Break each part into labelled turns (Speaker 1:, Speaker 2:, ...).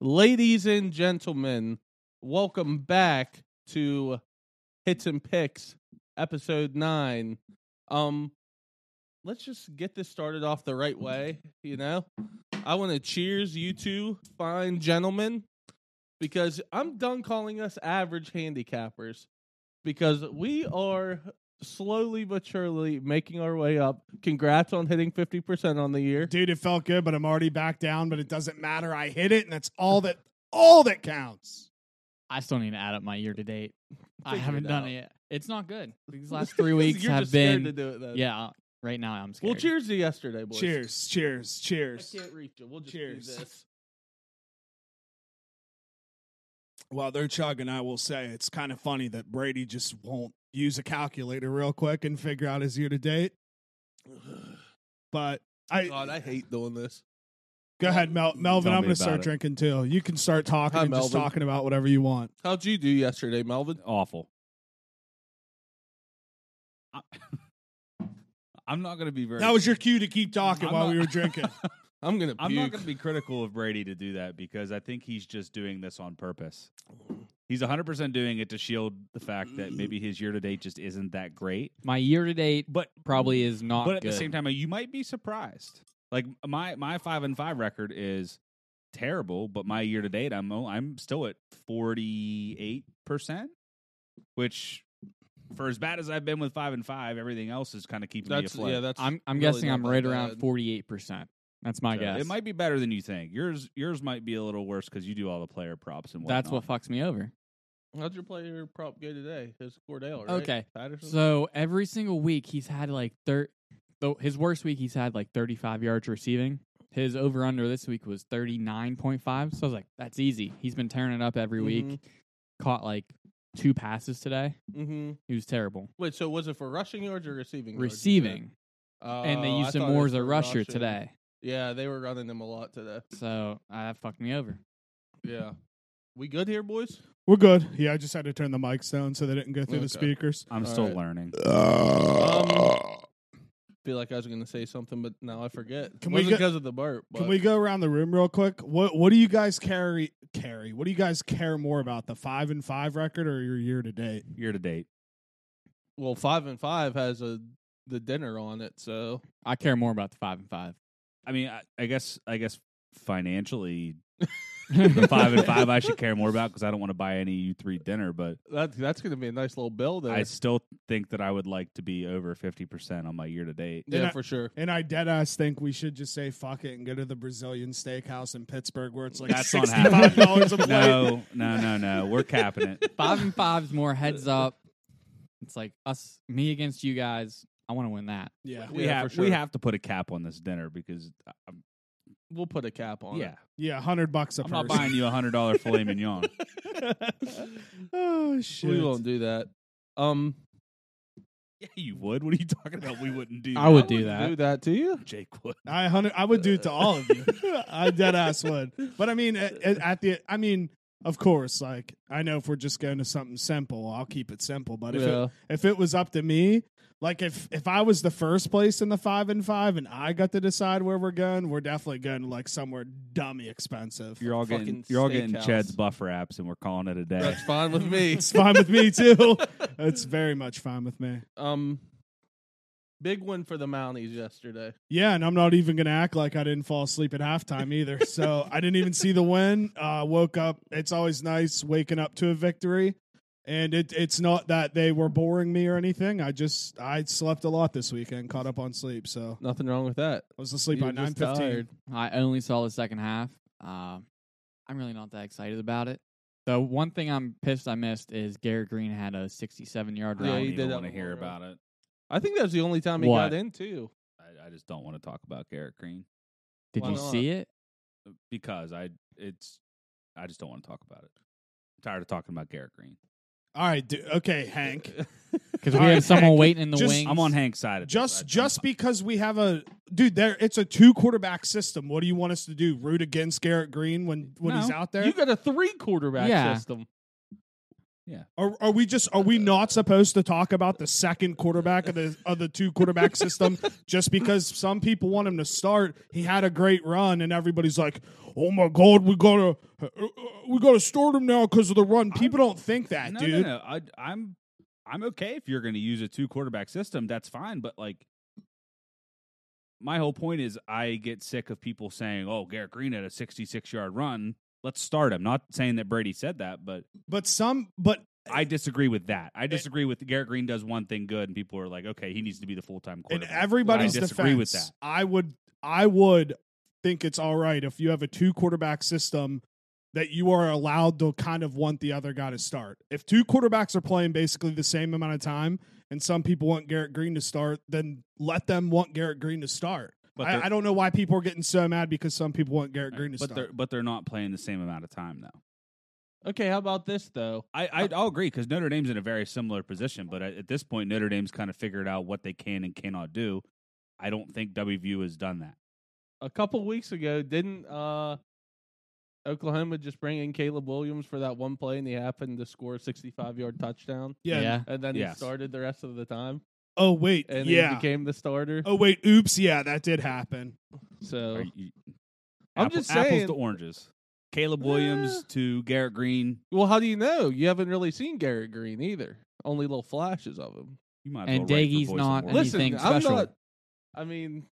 Speaker 1: Ladies and gentlemen, welcome back to Hits and Picks, episode nine. Um, let's just get this started off the right way, you know? I want to cheers you two fine gentlemen because I'm done calling us average handicappers because we are slowly but surely making our way up. Congrats on hitting 50% on the year.
Speaker 2: dude it felt good but i'm already back down but it doesn't matter i hit it and that's all that all that counts
Speaker 3: I still need to add up my year to date. I
Speaker 1: Figure
Speaker 3: haven't
Speaker 1: it
Speaker 3: done
Speaker 1: out.
Speaker 3: it yet. It's not good. These last three weeks
Speaker 1: You're
Speaker 3: have
Speaker 1: just scared to
Speaker 3: been.
Speaker 1: do it then.
Speaker 3: Yeah, uh, right now I'm scared.
Speaker 1: Well, cheers to yesterday, boys.
Speaker 2: cheers cheers
Speaker 1: I
Speaker 2: cheers
Speaker 1: can't reach it. We'll just
Speaker 2: Cheers.
Speaker 1: do this.
Speaker 2: while they're chugging i will say it's kind of funny that brady just won't use a calculator real quick and figure out his year to date but i
Speaker 1: God, I hate doing this.
Speaker 2: go ahead Mel, melvin
Speaker 4: Tell
Speaker 2: i'm
Speaker 4: me
Speaker 2: gonna start
Speaker 4: about it.
Speaker 2: drinking too you can start talking
Speaker 1: Hi,
Speaker 2: and just
Speaker 1: Melvin.
Speaker 2: talking about whatever you want
Speaker 1: How'd you do yesterday, Melvin?
Speaker 4: Awful. I- I'm not going to be very.
Speaker 2: that was your cue to keep talking
Speaker 4: I'm
Speaker 2: while
Speaker 4: not-
Speaker 2: we were drinking
Speaker 1: I'm gonna.
Speaker 4: I'm not
Speaker 1: puke.
Speaker 4: going to be critical of Brady to do that because I think he's just doing this on purpose. He's 100% doing it to shield the fact
Speaker 2: Mm.
Speaker 4: that maybe his year to date just isn't that great.
Speaker 3: My year to date
Speaker 4: But
Speaker 3: probably is not.
Speaker 4: but at
Speaker 3: good.
Speaker 4: the same time, you might be surprised. Like my my five and five record is terrible, but my year to date, I'm o- I'm still at forty eight percent, which for as bad as I've been with five and five, everything else is kind of keeping
Speaker 1: That's
Speaker 4: me afloat.
Speaker 1: yeah. That's
Speaker 3: I'm I'm
Speaker 1: really
Speaker 3: guessing
Speaker 1: not
Speaker 3: I'm
Speaker 1: that
Speaker 3: right around
Speaker 1: bad.
Speaker 3: forty eight percent. That's my
Speaker 4: So
Speaker 3: guess.
Speaker 4: It might be better than you think. Yours yours might be a little worse because you do all the player props and whatnot.
Speaker 3: That's what fucks me over.
Speaker 1: How'd your player prop go today? His Cordell, right?
Speaker 3: Okay.
Speaker 1: Patterson?
Speaker 3: So every single week he's had like thir Though his worst week he's had like thirty five yards receiving. His over under this week was thirty nine point five. So I was like, that's easy. He's been tearing it up every week.
Speaker 1: Mm-hmm.
Speaker 3: Caught like two passes today.
Speaker 1: hmm
Speaker 3: He was terrible.
Speaker 1: Wait. So was it for rushing yards or receiving? yards, you said?
Speaker 3: Receiving. and they
Speaker 1: Oh, I
Speaker 3: used him
Speaker 1: thought it
Speaker 3: more
Speaker 1: was
Speaker 3: as a
Speaker 1: for
Speaker 3: rusher
Speaker 1: rushing.
Speaker 3: today.
Speaker 1: Yeah, they were running him a lot today.
Speaker 3: So uh, that fucked me over.
Speaker 1: Yeah. We good here, boys?
Speaker 2: we're good yeah i just had to turn the mics down so they didn't go through
Speaker 1: Okay.
Speaker 2: the speakers
Speaker 4: I'm
Speaker 1: All
Speaker 4: still
Speaker 1: right.
Speaker 4: learning.
Speaker 1: Um, feel like I was going to say something, but now I forget.
Speaker 2: Can
Speaker 1: Can
Speaker 2: we
Speaker 1: Wasn't
Speaker 2: get-
Speaker 1: because of the burp.
Speaker 2: Can
Speaker 1: but-
Speaker 2: we go around the room real quick? What What do you guys carry? Carry? What do you guys care more about? The five and five record or your year to date?
Speaker 4: Year to date.
Speaker 1: Well, five and five has a the dinner on it, so
Speaker 3: I care more about the five and five.
Speaker 4: I mean, I, I guess I guess financially the five and five I should care more about because I don't want to buy any U three dinner, but
Speaker 1: that that's going to be a nice little bill there.
Speaker 4: I still think that I would like to be over fifty percent on my year to date.
Speaker 1: yeah,
Speaker 2: And I-
Speaker 1: for sure.
Speaker 2: And I dead ass think we should just say fuck it and go to the Brazilian steakhouse in Pittsburgh where it's like
Speaker 4: That's not
Speaker 2: sixty five dollars a
Speaker 4: happening.
Speaker 2: plate.
Speaker 4: No, no, no, no. We're capping it.
Speaker 3: Five and five's more heads up. It's like us, me against you guys. I want to win that.
Speaker 2: Yeah,
Speaker 4: We
Speaker 1: Yeah,
Speaker 4: have
Speaker 1: for
Speaker 4: we
Speaker 1: sure.
Speaker 4: have to put a cap on this dinner because i I'm-
Speaker 1: We'll put a cap on
Speaker 4: yeah,
Speaker 2: yeah, hundred bucks a
Speaker 4: I'm
Speaker 2: person.
Speaker 4: not buying you a hundred dollar filet mignon.
Speaker 1: it.
Speaker 2: oh shit!
Speaker 1: we won't do that. Um,
Speaker 4: Yeah, you would. What are you talking about? We wouldn't do.
Speaker 3: I would
Speaker 4: that.
Speaker 3: do
Speaker 1: wouldn't
Speaker 3: that.
Speaker 1: Do that to you?
Speaker 4: Jake would.
Speaker 2: I hundred. I would do it to all of you. I dead ass would. But I mean, at, at at the, I mean, of course, like I know if we're just going to something simple, I'll keep it simple. But if it,
Speaker 1: yeah.
Speaker 2: if it was up to me like if if i was the first place in the five and five and i got to decide where we're going we're definitely going like somewhere dummy expensive
Speaker 4: You're all
Speaker 1: Fucking
Speaker 4: getting you're all getting
Speaker 1: steakhouse.
Speaker 4: Chad's buff wraps, and we're calling it a day.
Speaker 1: That's fine with me.
Speaker 2: it's fine with me too it's very much fine with me
Speaker 1: um, big win for the Mounties yesterday.
Speaker 2: yeah and i'm not even gonna act like i didn't fall asleep at halftime either so i didn't even see the win uh woke up it's always nice waking up to a victory and it, it's not that they were boring me or anything. I just I slept a lot this weekend, caught up on sleep, so
Speaker 1: Nothing wrong with that.
Speaker 2: I was asleep
Speaker 1: You
Speaker 2: by
Speaker 1: were
Speaker 2: nine
Speaker 1: just
Speaker 2: fifteen.
Speaker 1: tired.
Speaker 3: I only saw the second half. Um, I'm really not that excited about it. The one thing I'm pissed I missed is Garrett Green had a 67 yard
Speaker 4: I
Speaker 1: Yeah,
Speaker 4: don't
Speaker 3: run.
Speaker 1: he did
Speaker 4: even
Speaker 1: that
Speaker 4: want to
Speaker 1: one
Speaker 4: hear
Speaker 1: more
Speaker 4: about it.
Speaker 1: I think that was the only time he
Speaker 3: What?
Speaker 1: got in too.
Speaker 4: I, I just don't want to talk about Garrett Green
Speaker 3: Did
Speaker 1: Why
Speaker 3: you
Speaker 1: not?
Speaker 3: see it?
Speaker 4: because I it's I just don't want to talk about it. I'm tired of talking about Garrett Green.
Speaker 2: All right, dude. okay, Hank.
Speaker 3: Because we
Speaker 2: All right,
Speaker 3: have someone
Speaker 2: Hank,
Speaker 3: waiting in the
Speaker 2: just-
Speaker 3: wings.
Speaker 4: I'm on Hank's side of this. I-
Speaker 2: Just
Speaker 4: I'm
Speaker 2: just
Speaker 4: fi-
Speaker 2: because we have a dude there, it's a two quarterback system. What do you want us to do? Root against Garrett Green when when he's
Speaker 4: No.
Speaker 2: out there?
Speaker 1: You got a three quarterback
Speaker 3: Yeah.
Speaker 1: system.
Speaker 2: Are, are we just are we not supposed to talk about the second quarterback of the of the two quarterback system just because some people want him to start? He had a great run, and everybody's like, "Oh my god, we gotta uh, uh, we gotta start him now because of the run." People don't think that,
Speaker 4: no,
Speaker 2: dude.
Speaker 4: no, no. I, I'm I'm okay if you're going to use a two quarterback system. That's fine. But like, my whole point is, I get sick of people saying, "Oh, Garrett Green had a 66 yard run. Let's start him." Not saying that Brady said that, but
Speaker 2: But some, but
Speaker 4: I disagree with that. I disagree with Garrett Green does one thing good, and people are like, "Okay, he needs to be the full time
Speaker 2: in
Speaker 4: quarterback."
Speaker 2: everybody's
Speaker 4: I
Speaker 2: defense,
Speaker 4: disagree with that.
Speaker 2: I would I would think it's all right if you have a two quarterback system that you are allowed to kind of want the other guy to start. If two quarterbacks are playing basically the same amount of time and some people want Garrett Green to start, then let them want Garrett Green to start.
Speaker 4: But
Speaker 2: I,
Speaker 4: they're- Uh,
Speaker 2: I don't know why people are getting so mad because some people want Garrett Green to
Speaker 4: but they're
Speaker 2: start.
Speaker 4: but they're not playing the same amount of time though.
Speaker 1: Okay, how about this though?
Speaker 4: I, I I'll agree because Notre Dame's in a very similar position, but at, at this point, Notre Dame's kind of figured out what they can and cannot do. I don't think WVU has done that.
Speaker 1: A couple weeks ago, didn't uh Oklahoma just bring in Caleb Williams for that one play and he happened to score a 65 yard touchdown?
Speaker 2: Yeah.
Speaker 3: yeah.
Speaker 1: And then he
Speaker 4: Yes.
Speaker 1: started the rest of the time
Speaker 2: Oh wait.
Speaker 1: and he
Speaker 2: yeah.
Speaker 1: became the starter.
Speaker 2: Oh wait, oops, yeah, that did happen.
Speaker 1: So
Speaker 4: Are you-
Speaker 1: I'm
Speaker 4: apple-
Speaker 1: just
Speaker 4: apples
Speaker 1: saying.
Speaker 4: to oranges. Caleb Williams
Speaker 1: Eh.
Speaker 4: to Garrett Green.
Speaker 1: Well, how do you know? You haven't really seen Garrett Green either. Only little flashes of him.
Speaker 4: You might as
Speaker 3: And
Speaker 4: well write for
Speaker 3: Daigy's
Speaker 4: Voice of
Speaker 3: not
Speaker 4: Orange.
Speaker 1: Listen,
Speaker 3: anything
Speaker 1: I'm
Speaker 3: special.
Speaker 1: not- I mean,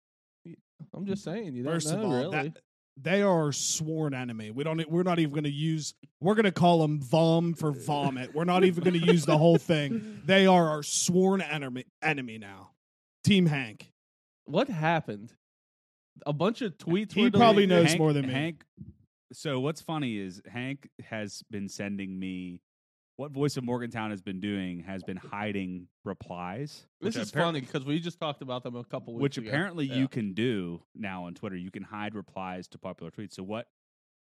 Speaker 1: y- I'm just saying. You don't
Speaker 2: First
Speaker 1: know,
Speaker 2: of all,
Speaker 1: really.
Speaker 2: that, they are sworn enemy. We don't. e, We're not even going to use. We're going to call them vom for vomit. We're not even going to use the whole thing. They are our sworn enemy. Enemy now. Team Hank.
Speaker 1: What happened? A bunch of tweets.
Speaker 2: He
Speaker 1: were
Speaker 2: probably
Speaker 1: deleted.
Speaker 2: knows
Speaker 4: Hank-
Speaker 2: more than me.
Speaker 4: Hank. So what's funny is Hank has been sending me what Voice of Morgantown has been doing has been hiding replies.
Speaker 1: This
Speaker 4: which
Speaker 1: is
Speaker 4: appar-
Speaker 1: funny because we just talked about them a couple weeks
Speaker 4: which
Speaker 1: ago.
Speaker 4: apparently
Speaker 1: Yeah.
Speaker 4: you can do now on Twitter. You can hide replies to popular tweets. So what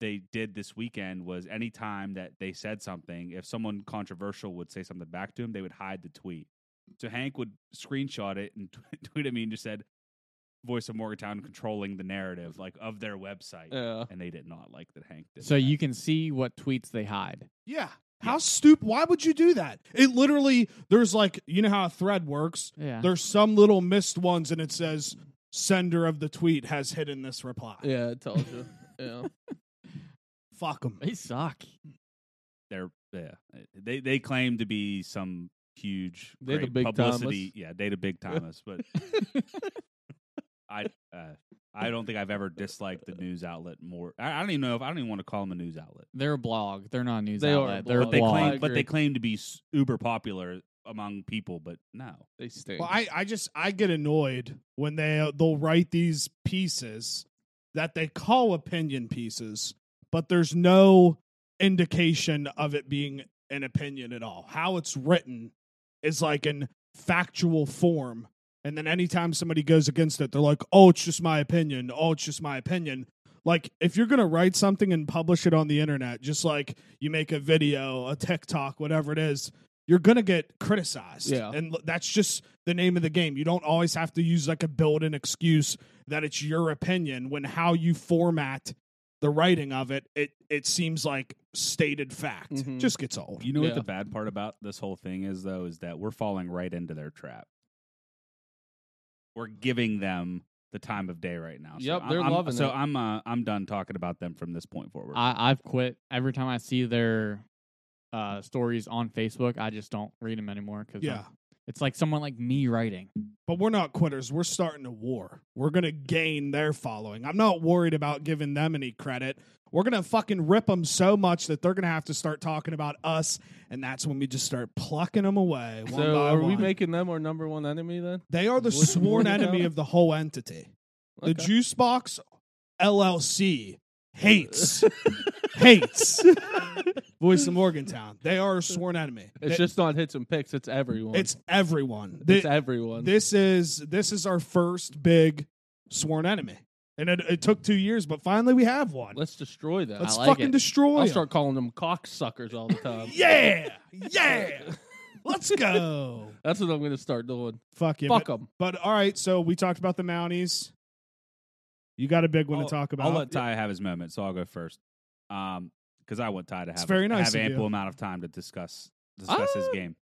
Speaker 4: they did this weekend was anytime that they said something, if someone controversial would say something back to him, they would hide the tweet. So Hank would screenshot it and tweet at me and just said, "Voice of Morgantown controlling the narrative like of their website,"
Speaker 1: Yeah.
Speaker 4: and they did not like that Hank did.
Speaker 3: So
Speaker 4: that.
Speaker 3: you can see what tweets they hide.
Speaker 2: Yeah. How stupid? Why would you do that? It literally. There's like you know how a thread works.
Speaker 3: Yeah.
Speaker 2: There's some little missed ones, and it says sender of the tweet has hidden this reply.
Speaker 1: Yeah, it tells you. Yeah.
Speaker 2: Fuck them.
Speaker 3: They suck.
Speaker 4: they're yeah eh, they they claim to be some huge
Speaker 1: They the
Speaker 4: great
Speaker 1: big
Speaker 4: publicity
Speaker 1: Thomas.
Speaker 4: yeah they the big Thomas but I uh, I don't think I've ever disliked the news outlet more I, I don't even know if I don't even want to call them a news outlet
Speaker 3: They're a blog. They're not a news
Speaker 1: They are a
Speaker 3: outlet. They're a
Speaker 1: blog.
Speaker 4: but they
Speaker 3: blog.
Speaker 1: Oh, I
Speaker 4: claim but
Speaker 1: agree.
Speaker 4: they claim to be s- uber popular among people but no
Speaker 1: They stink.
Speaker 2: Well, I, I just I get annoyed when they uh, they'll write these pieces that they call opinion pieces, but there's no indication of it being an opinion at all. How it's written is like in factual form. And then anytime somebody goes against it, they're like, "Oh, it's just my opinion. Oh, it's just my opinion." Like if you're going to write something and publish it on the internet, just like you make a video, a TikTok, whatever it is, you're going to get criticized.
Speaker 1: Yeah.
Speaker 2: And l- that's just the name of the game. You don't always have to use like a built-in excuse that it's your opinion when how you format the writing of it, it it seems like stated fact.
Speaker 1: Mhm.
Speaker 2: Just gets old.
Speaker 4: you know
Speaker 1: Yeah.
Speaker 4: what the bad part about this whole thing is though is that we're falling right into their trap we're giving them the time of day right now. So
Speaker 1: Yep,
Speaker 4: I'm-
Speaker 1: they're
Speaker 4: I'm,
Speaker 1: loving
Speaker 4: So
Speaker 1: it.
Speaker 4: I'm uh, I'm done talking about them from this point forward.
Speaker 3: I, I've quit every time I see their uh, stories on Facebook. I just don't read them anymore because
Speaker 2: Yeah.
Speaker 3: it's like someone like me writing.
Speaker 2: But we're not quitters. We're starting a war. We're going to gain their following. I'm not worried about giving them any credit. We're going to fucking rip them so much that they're going to have to start talking about us. And that's when we just start plucking them away. One
Speaker 1: so
Speaker 2: by
Speaker 1: are
Speaker 2: one.
Speaker 1: we making them our number one enemy then?
Speaker 2: they are the
Speaker 1: Voice of
Speaker 2: sworn
Speaker 1: Morgantown?
Speaker 2: enemy of the whole entity. The
Speaker 1: Okay.
Speaker 2: Juice Box LLC hates, hates Voice of Morgantown. They are a sworn enemy.
Speaker 1: It's
Speaker 2: They-
Speaker 1: just not hits and picks. It's everyone.
Speaker 2: it's everyone.
Speaker 1: it's
Speaker 2: They-
Speaker 1: everyone.
Speaker 2: this is this is our first big sworn enemy, and it, it took two years, but finally we have one. Let's,
Speaker 1: Let's destroy them.
Speaker 3: Let's- I like
Speaker 2: fucking
Speaker 3: it.
Speaker 2: destroy.
Speaker 1: I'll
Speaker 2: 'em.
Speaker 1: start calling them cocksuckers all the time.
Speaker 2: Yeah, yeah. Let's go.
Speaker 1: That's what I'm going to start doing.
Speaker 2: Fuck you.
Speaker 1: Fuck
Speaker 2: but,
Speaker 1: 'em.
Speaker 2: but all right, so we talked about the Mounties. You got a big one
Speaker 4: I'll-
Speaker 2: to talk about.
Speaker 4: I'll let Ty have his moment, so I'll go first. Um, because I want Ty to have
Speaker 2: very nice
Speaker 4: have
Speaker 2: of
Speaker 4: ample
Speaker 2: you.
Speaker 4: amount of time to discuss discuss his
Speaker 1: Ah.
Speaker 4: game.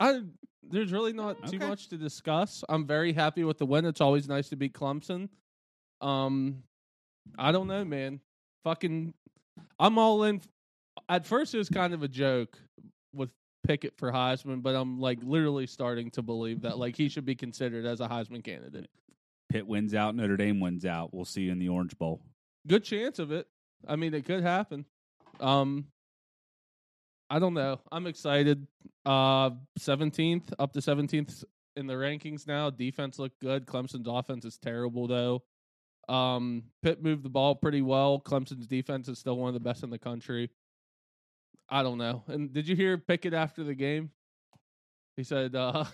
Speaker 1: I there's really not too
Speaker 4: Okay.
Speaker 1: much to discuss. I'm very happy with the win. It's always nice to beat Clemson. Um, I don't know, man. Fucking, I'm all in. At first, it was kind of a joke with Pickett for Heisman, but I'm like literally starting to believe that like he should be considered as a Heisman candidate.
Speaker 4: Pitt wins out, Notre Dame wins out. We'll see you in the Orange Bowl.
Speaker 1: Good chance of it. I mean, it could happen. Um, I don't know. I'm excited. Uh, 17th up to 17th in the rankings now. Defense looked good. Clemson's offense is terrible though. Um, Pitt moved the ball pretty well. Clemson's defense is still one of the best in the country. I don't know. And did you hear Pickett after the game? He said uh,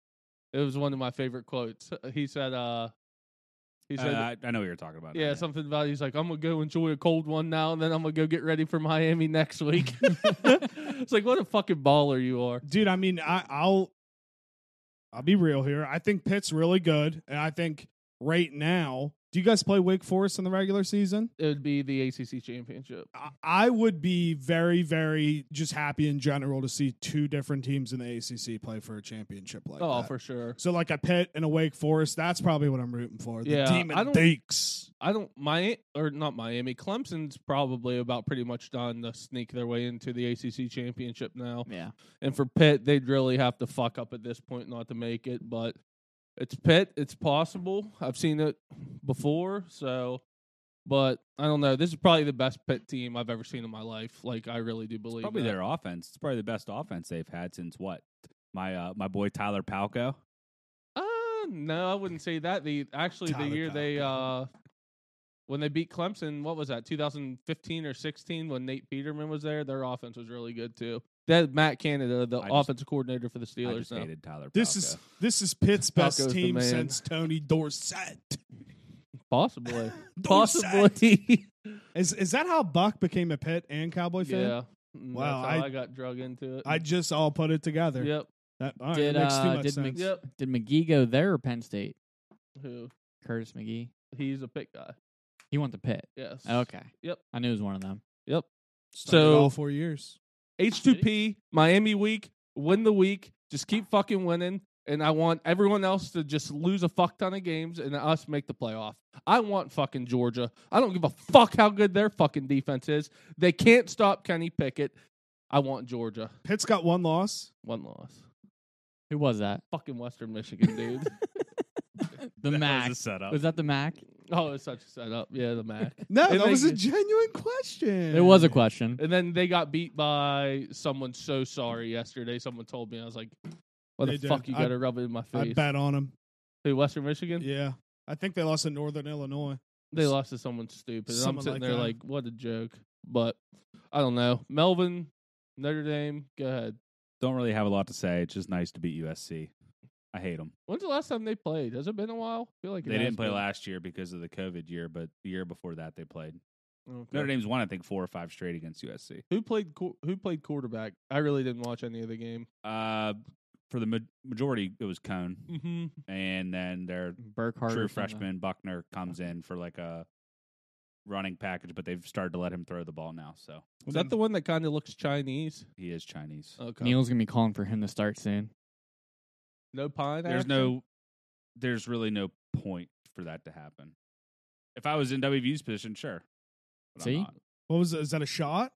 Speaker 1: it was one of my favorite quotes. He said uh, he
Speaker 4: Uh,
Speaker 1: said
Speaker 4: I, I know what you're talking about. now,
Speaker 1: yeah, something about he's like, I'm gonna go enjoy a cold one now, and then I'm gonna go get ready for Miami next week. it's like, what a fucking baller you are.
Speaker 2: dude. I mean, I, I'll I'll be real here. I think Pitt's really good, and I think right now, do you guys play Wake Forest in the regular season?
Speaker 1: It would be the ACC championship.
Speaker 2: I- I would be very, very just happy in general to see two different teams in the ACC play for a championship like
Speaker 1: oh,
Speaker 2: that.
Speaker 1: for sure.
Speaker 2: so like a Pitt and a Wake Forest, that's probably what I'm rooting for. The
Speaker 1: Yeah,
Speaker 2: Demon
Speaker 1: I don't-
Speaker 2: Deeks.
Speaker 1: I don't my or not Miami. Clemson's probably about pretty much done to sneak their way into the ACC championship now.
Speaker 3: Yeah.
Speaker 1: And for Pitt, they'd really have to fuck up at this point not to make it. But it's Pitt. It's possible. I've seen it before. So, but I don't know. This is probably the best Pitt team I've ever seen in my life. Like I really do believe.
Speaker 4: probably
Speaker 1: that.
Speaker 4: their offense. It's probably the best offense they've had since what? My uh, my boy Tyler Palco.
Speaker 1: Uh, no, I wouldn't say that. The actually
Speaker 2: Tyler
Speaker 1: the year they uh
Speaker 2: Falcon.
Speaker 1: when they beat Clemson, what was that? 2015 or 16 when Nate Peterman was there, their offense was really good too. They had Matt Canada, the
Speaker 4: I just-
Speaker 1: offensive coordinator for the
Speaker 4: I
Speaker 1: Steelers
Speaker 4: just
Speaker 1: now.
Speaker 4: hated Tyler.
Speaker 2: This
Speaker 4: Palco.
Speaker 2: is this is Pitt's best
Speaker 1: Falco's the
Speaker 2: team
Speaker 1: man.
Speaker 2: since Tony Dorsett.
Speaker 1: Possibly.
Speaker 2: Dorsett.
Speaker 1: Possibly.
Speaker 2: Is is that how Buck became a Pitt and Cowboy fan?
Speaker 1: yeah. Mm,
Speaker 2: Wow,
Speaker 1: That's how
Speaker 2: I-
Speaker 1: I, got drug into it.
Speaker 2: I just all put it together.
Speaker 1: Yep.
Speaker 2: That, all right,
Speaker 3: did
Speaker 2: makes too
Speaker 3: uh,
Speaker 2: much
Speaker 3: did,
Speaker 2: sense.
Speaker 3: Mc-
Speaker 1: Yep.
Speaker 3: did McGee go there or Penn State?
Speaker 1: Who?
Speaker 3: Curtis McGee.
Speaker 1: He's a pick guy.
Speaker 3: He went to Pitt.
Speaker 1: Yes.
Speaker 3: Okay.
Speaker 1: Yep.
Speaker 3: I knew it was one of them.
Speaker 1: Yep.
Speaker 2: Started
Speaker 1: So-
Speaker 2: all four years.
Speaker 1: H2P, Miami week, win the week, just keep fucking winning. And I want everyone else to just lose a fuck ton of games and us make the playoff. I want fucking Georgia. I don't give a fuck how good their fucking defense is. They can't stop Kenny Pickett. I want Georgia.
Speaker 2: Pitt's got one loss.
Speaker 1: One loss.
Speaker 3: Who was that?
Speaker 1: Fucking Western Michigan, dude.
Speaker 3: The
Speaker 4: That
Speaker 3: Mac.
Speaker 4: was a setup.
Speaker 3: Was that the Mac?
Speaker 1: oh, it's such a setup. Yeah, the Mac.
Speaker 2: No,
Speaker 1: It
Speaker 2: that was a
Speaker 1: makes-
Speaker 2: genuine question.
Speaker 3: There was a question.
Speaker 1: And then they got beat by someone so sorry yesterday. Someone told me. I was like, what
Speaker 2: They
Speaker 1: the
Speaker 2: did.
Speaker 1: fuck? You
Speaker 2: I-
Speaker 1: got to rub it in my
Speaker 2: I
Speaker 1: face.
Speaker 2: bet on him.
Speaker 1: Who, Western Michigan?
Speaker 2: Yeah. I think they lost in Northern Illinois.
Speaker 1: They lost to someone stupid. and I'm
Speaker 2: Someone
Speaker 1: sitting
Speaker 2: like
Speaker 1: there
Speaker 2: that.
Speaker 1: like, what a joke. But I don't know. Melvin, Notre Dame, go ahead.
Speaker 4: Don't really have a lot to say. It's just nice to beat USC. I hate them.
Speaker 1: When's the last time they played? Has it been a while? I feel like it
Speaker 4: They
Speaker 1: has
Speaker 4: didn't play
Speaker 1: been.
Speaker 4: last year because of the COVID year, but the year before that they played.
Speaker 1: Okay.
Speaker 4: Notre Dame's won, I think, four or five straight against USC.
Speaker 1: Who played? qu- Who played quarterback? I really didn't watch any of the game.
Speaker 4: Uh, for the ma- majority, it was Cone,
Speaker 1: Mm-hmm.
Speaker 4: and then their
Speaker 3: Burkhardt.
Speaker 4: true
Speaker 3: or something.
Speaker 4: freshman Buckner comes in for like a running package, but they've started to let him throw the ball now, so
Speaker 1: Is that the one that kind of looks Chinese?
Speaker 4: he is Chinese.
Speaker 1: Okay.
Speaker 3: Neil's gonna be calling for him to start soon.
Speaker 1: no pine.
Speaker 4: there's
Speaker 1: action?
Speaker 4: no, there's really no point for that to happen. If I was in WVU's position, sure. But I'm
Speaker 3: See?
Speaker 4: not.
Speaker 2: What was is that a shot?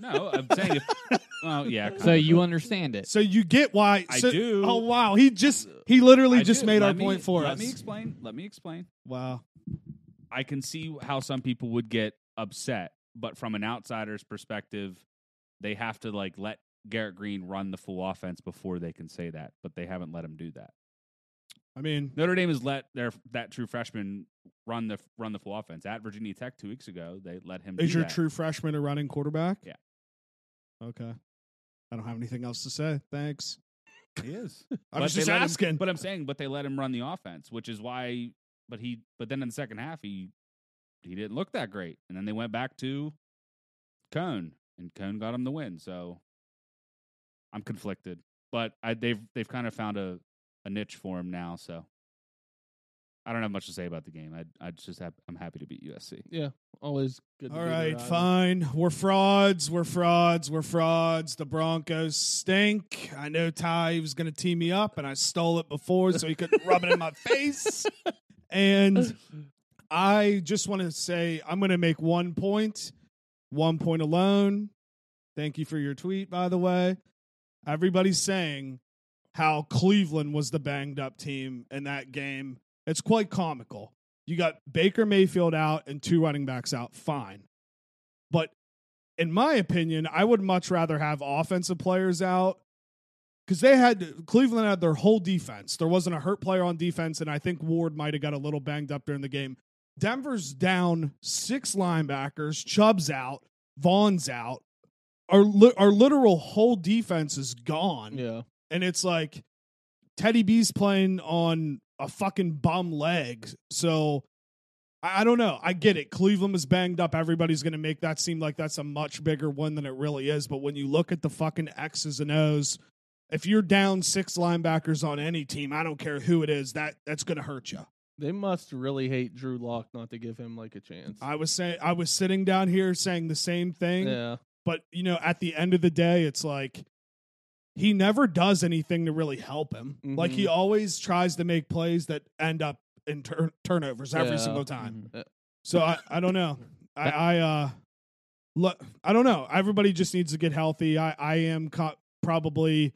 Speaker 4: no, I'm saying if. Well, yeah.
Speaker 3: So
Speaker 4: kinda,
Speaker 3: you
Speaker 4: but
Speaker 3: understand it.
Speaker 2: So you get why
Speaker 4: I
Speaker 2: so-
Speaker 4: do.
Speaker 2: Oh wow, he just he literally
Speaker 4: I
Speaker 2: just
Speaker 4: do.
Speaker 2: made
Speaker 4: Let
Speaker 2: our
Speaker 4: me-
Speaker 2: point for
Speaker 4: let
Speaker 2: us.
Speaker 4: me explain. Let me explain.
Speaker 2: wow.
Speaker 4: I can see how some people would get upset, but from an outsider's perspective, they have to like let Garrett Green run the full offense before they can say that, but they haven't let him do that.
Speaker 2: I mean,
Speaker 4: Notre Dame has let their that true freshman run the run the full offense. At Virginia Tech 2 weeks ago, they let him
Speaker 2: is
Speaker 4: do
Speaker 2: your
Speaker 4: that.
Speaker 2: true freshman a running quarterback?
Speaker 4: Yeah.
Speaker 2: Okay. I don't have anything else to say. Thanks.
Speaker 4: He is.
Speaker 2: I
Speaker 4: But
Speaker 2: was
Speaker 4: they
Speaker 2: just
Speaker 4: let him-
Speaker 2: asking.
Speaker 4: but I'm saying, but they let him run the offense, which is why. But he, but then in the second half, he he didn't look that great, and then they went back to Cone, and Cone got him the win. So I'm conflicted, but I, they've they've kind of found a a niche for him now. So I don't have much to say about the game. I I just have, I'm happy to beat USC.
Speaker 1: Always good. To
Speaker 2: All
Speaker 1: be their
Speaker 2: right,
Speaker 1: rival.
Speaker 2: fine. We're frauds. We're frauds. We're frauds. The Broncos stink. I know Ty was going to tee me up, and I stole it before so he couldn't rub it in my face. And I just want to say I'm going to make one point, one point alone. Thank you for your tweet, by the way. Everybody's saying how Cleveland was the banged up team in that game. It's quite comical. You got Baker Mayfield out and two running backs out. Fine. But in my opinion, I would much rather have offensive players out because they had Cleveland had their whole defense. There wasn't a hurt player on defense, and I think Ward might have got a little banged up during the game. Denver's down six linebackers. Chubb's out. Vaughn's out. Our li- our literal whole defense is gone
Speaker 1: Yeah.
Speaker 2: and it's like Teddy B's playing on a fucking bum leg. So I, I don't know. I get it. Cleveland is banged up. Everybody's going to make that seem like that's a much bigger one than it really is. But when you look at the fucking X's and O's, if you're down six linebackers on any team, I don't care who it is, that that's going to hurt you.
Speaker 1: They must really hate Drew Lock not to give him like a chance.
Speaker 2: I was saying, I was sitting down here saying the same thing.
Speaker 1: yeah.
Speaker 2: But you know, at the end of the day, it's like he never does anything to really help him. Like he
Speaker 1: Mhm.
Speaker 2: always tries to make plays that end up in tur- turnovers every
Speaker 1: Yeah.
Speaker 2: single time.
Speaker 3: Mhm.
Speaker 2: So I, I don't know. I, I uh look I don't know. Everybody just needs to get healthy. I I am co- probably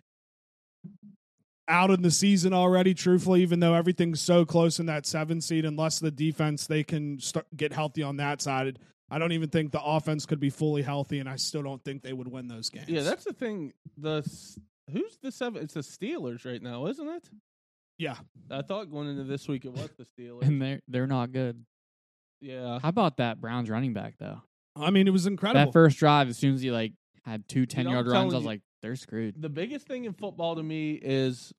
Speaker 2: out in the season already truthfully even though everything's so close in that 7 seed unless the defense they can start, get healthy on that side. I don't even think the offense could be fully healthy and I still don't think they would win those games.
Speaker 1: Yeah, that's the thing. The s- who's the seven? It's the Steelers right now, isn't it?
Speaker 2: Yeah.
Speaker 1: I thought going into this week it was the Steelers.
Speaker 3: and they're they're not good.
Speaker 1: yeah,
Speaker 3: How about that Browns running back though?
Speaker 2: I mean it was incredible.
Speaker 3: That first drive, as soon as he like had two 10 yard
Speaker 1: I'm
Speaker 3: runs,
Speaker 1: telling
Speaker 3: I was
Speaker 1: you-
Speaker 3: like, they're screwed.
Speaker 1: the biggest thing in football to me is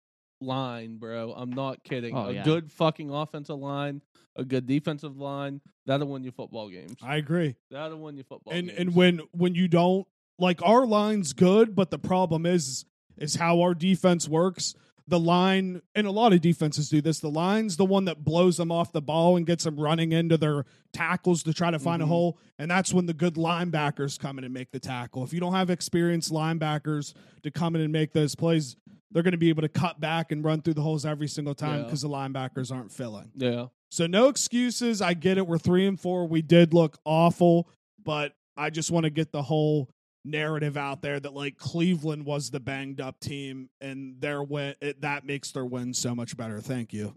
Speaker 1: line, bro. I'm not kidding.
Speaker 3: Oh,
Speaker 1: a
Speaker 3: yeah.
Speaker 1: good fucking offensive line, a good defensive line, that'll win you football games.
Speaker 2: I agree.
Speaker 1: That'll win you football
Speaker 2: and
Speaker 1: games.
Speaker 2: and when when you don't like our line's good but the problem is is how our defense works the line and a lot of defenses do this the line's the one that blows them off the ball and gets them running into their tackles to try to find
Speaker 1: Mhm.
Speaker 2: a hole and that's when the good linebackers come in and make the tackle if you don't have experienced linebackers to come in and make those plays they're going to be able to cut back and run through the holes every single time
Speaker 1: Yeah.
Speaker 2: because the linebackers aren't filling
Speaker 1: yeah,
Speaker 2: so no excuses. I get it. We're three and four. We did look awful, but I just want to get the whole narrative out there that like Cleveland was the banged up team, and their win it, that makes their win so much better. Thank you.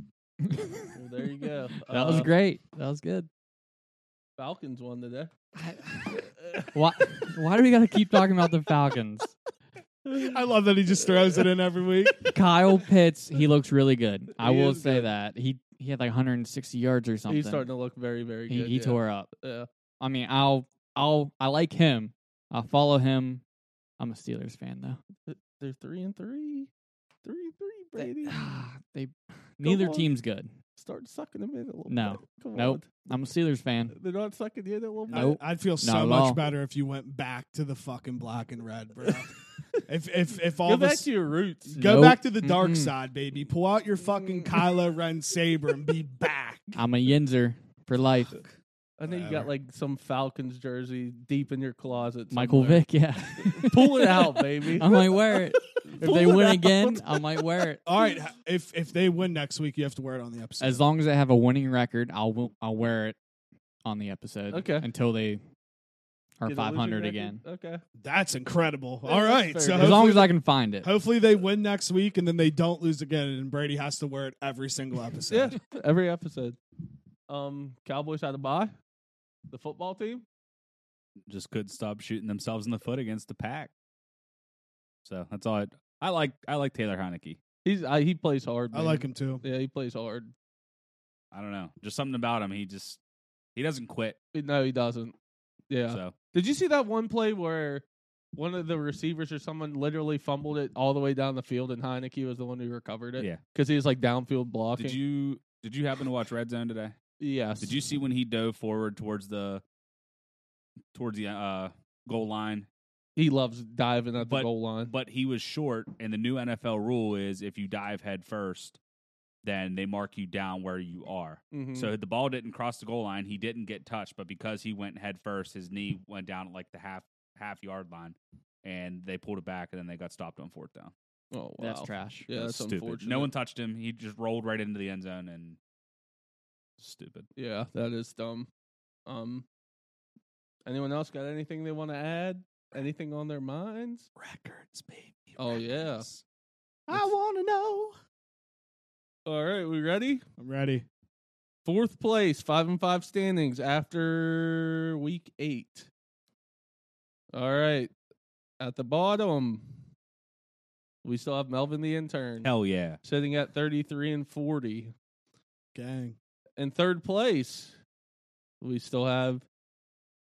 Speaker 1: well, there you go.
Speaker 3: That was
Speaker 1: Uh,
Speaker 3: great. That was good.
Speaker 1: Falcons won today.
Speaker 3: Why why do we gotta keep talking about the Falcons?
Speaker 2: I love that he just throws it in every week.
Speaker 3: Kyle Pitts, he looks really good. I
Speaker 1: He
Speaker 3: will
Speaker 1: is
Speaker 3: say
Speaker 1: good.
Speaker 3: that he he had like 160 yards or something.
Speaker 1: He's starting to look very, very
Speaker 3: he
Speaker 1: good.
Speaker 3: he
Speaker 1: yeah.
Speaker 3: tore up.
Speaker 1: Yeah.
Speaker 3: I mean, I'll I'll I like him. I'll follow him. I'm a Steelers fan though.
Speaker 1: They're three and three, three and three.
Speaker 3: They,
Speaker 1: Brady,
Speaker 3: they neither
Speaker 1: on.
Speaker 3: team's good.
Speaker 1: start sucking them in a little.
Speaker 3: No.
Speaker 1: bit. Come
Speaker 3: Nope. I'm a Steelers fan.
Speaker 1: on. they're not sucking you in a little. bit?
Speaker 3: Nope.
Speaker 2: I, would feel so
Speaker 3: Not at
Speaker 2: much
Speaker 3: all.
Speaker 2: better if you went back to the fucking black and red, bro. if if if all
Speaker 1: Go
Speaker 2: of us-
Speaker 1: back to your roots.
Speaker 2: Go
Speaker 3: Nope.
Speaker 2: back to the dark
Speaker 3: Mm-mm.
Speaker 2: side, baby. Pull out your fucking Kylo Ren saber and be back.
Speaker 3: I'm a Yinzer for life.
Speaker 1: I know you got
Speaker 2: Whatever.
Speaker 1: like some Falcons jersey deep in your closet.
Speaker 3: Michael
Speaker 1: somewhere.
Speaker 3: Vick, yeah.
Speaker 1: Pull it out, baby.
Speaker 3: I might wear it. If
Speaker 1: Pull
Speaker 3: they
Speaker 1: it
Speaker 3: win
Speaker 1: out.
Speaker 3: again, I might wear it.
Speaker 2: All right, if if they win next week, you have to wear it on the episode.
Speaker 3: As long as I have a winning record, I'll wi- I'll wear it on the episode.
Speaker 1: Okay.
Speaker 3: Until they are
Speaker 1: Get a losing
Speaker 3: 500
Speaker 1: record?
Speaker 3: again.
Speaker 1: Okay.
Speaker 2: That's incredible.
Speaker 1: Yeah,
Speaker 2: All
Speaker 1: that's
Speaker 2: right,
Speaker 1: fair.
Speaker 2: so
Speaker 3: As long
Speaker 2: hopefully-
Speaker 3: as I can find it.
Speaker 2: hopefully they win next week and then they don't lose again, and Brady has to wear it every single episode.
Speaker 1: Yeah. Every episode. Um, Cowboys had a bye. The football team.
Speaker 4: Just couldn't stop shooting themselves in the foot against the pack. So that's all. I, I like I like Taylor Heineke.
Speaker 1: He's I, he plays hard.
Speaker 2: I
Speaker 1: man.
Speaker 2: like him too.
Speaker 1: Yeah, he plays hard.
Speaker 4: I don't know. Just something about him. He just he doesn't quit.
Speaker 1: No, he doesn't. Yeah.
Speaker 4: So
Speaker 1: Did you see that one play where one of the receivers or someone literally fumbled it all the way down the field, and Heineke was the one who recovered it?
Speaker 4: Yeah.
Speaker 1: because he was like downfield blocking.
Speaker 4: did you did you happen to watch Red Zone today?
Speaker 1: Yes.
Speaker 4: Did you see when he dove forward towards the towards the uh, goal line?
Speaker 1: He loves diving at the
Speaker 4: But-
Speaker 1: goal line.
Speaker 4: But he was short, and the new NFL rule is if you dive head first, then they mark you down where you are.
Speaker 1: Mhm.
Speaker 4: So the ball didn't cross the goal line. He didn't get touched, but because he went head first, his knee went down at like the half half yard line, and they pulled it back, and then they got stopped on fourth down.
Speaker 1: oh, wow.
Speaker 3: That's trash.
Speaker 1: Yeah, that's,
Speaker 4: stupid.
Speaker 1: unfortunate.
Speaker 4: No one touched him. He just rolled right into the end zone, and stupid.
Speaker 1: Yeah, that is dumb. Um, anyone else got anything they want to add? Anything on their minds?
Speaker 4: Records, baby.
Speaker 1: Oh, yeah.
Speaker 4: records.
Speaker 2: I want to know.
Speaker 1: All right, we ready?
Speaker 2: I'm ready.
Speaker 1: Fourth place, five and five standings after week eight. All right, at the bottom, we still have Melvin the intern
Speaker 4: Hell yeah.
Speaker 1: sitting at thirty-three and forty.
Speaker 2: Gang.
Speaker 1: In third place, we still have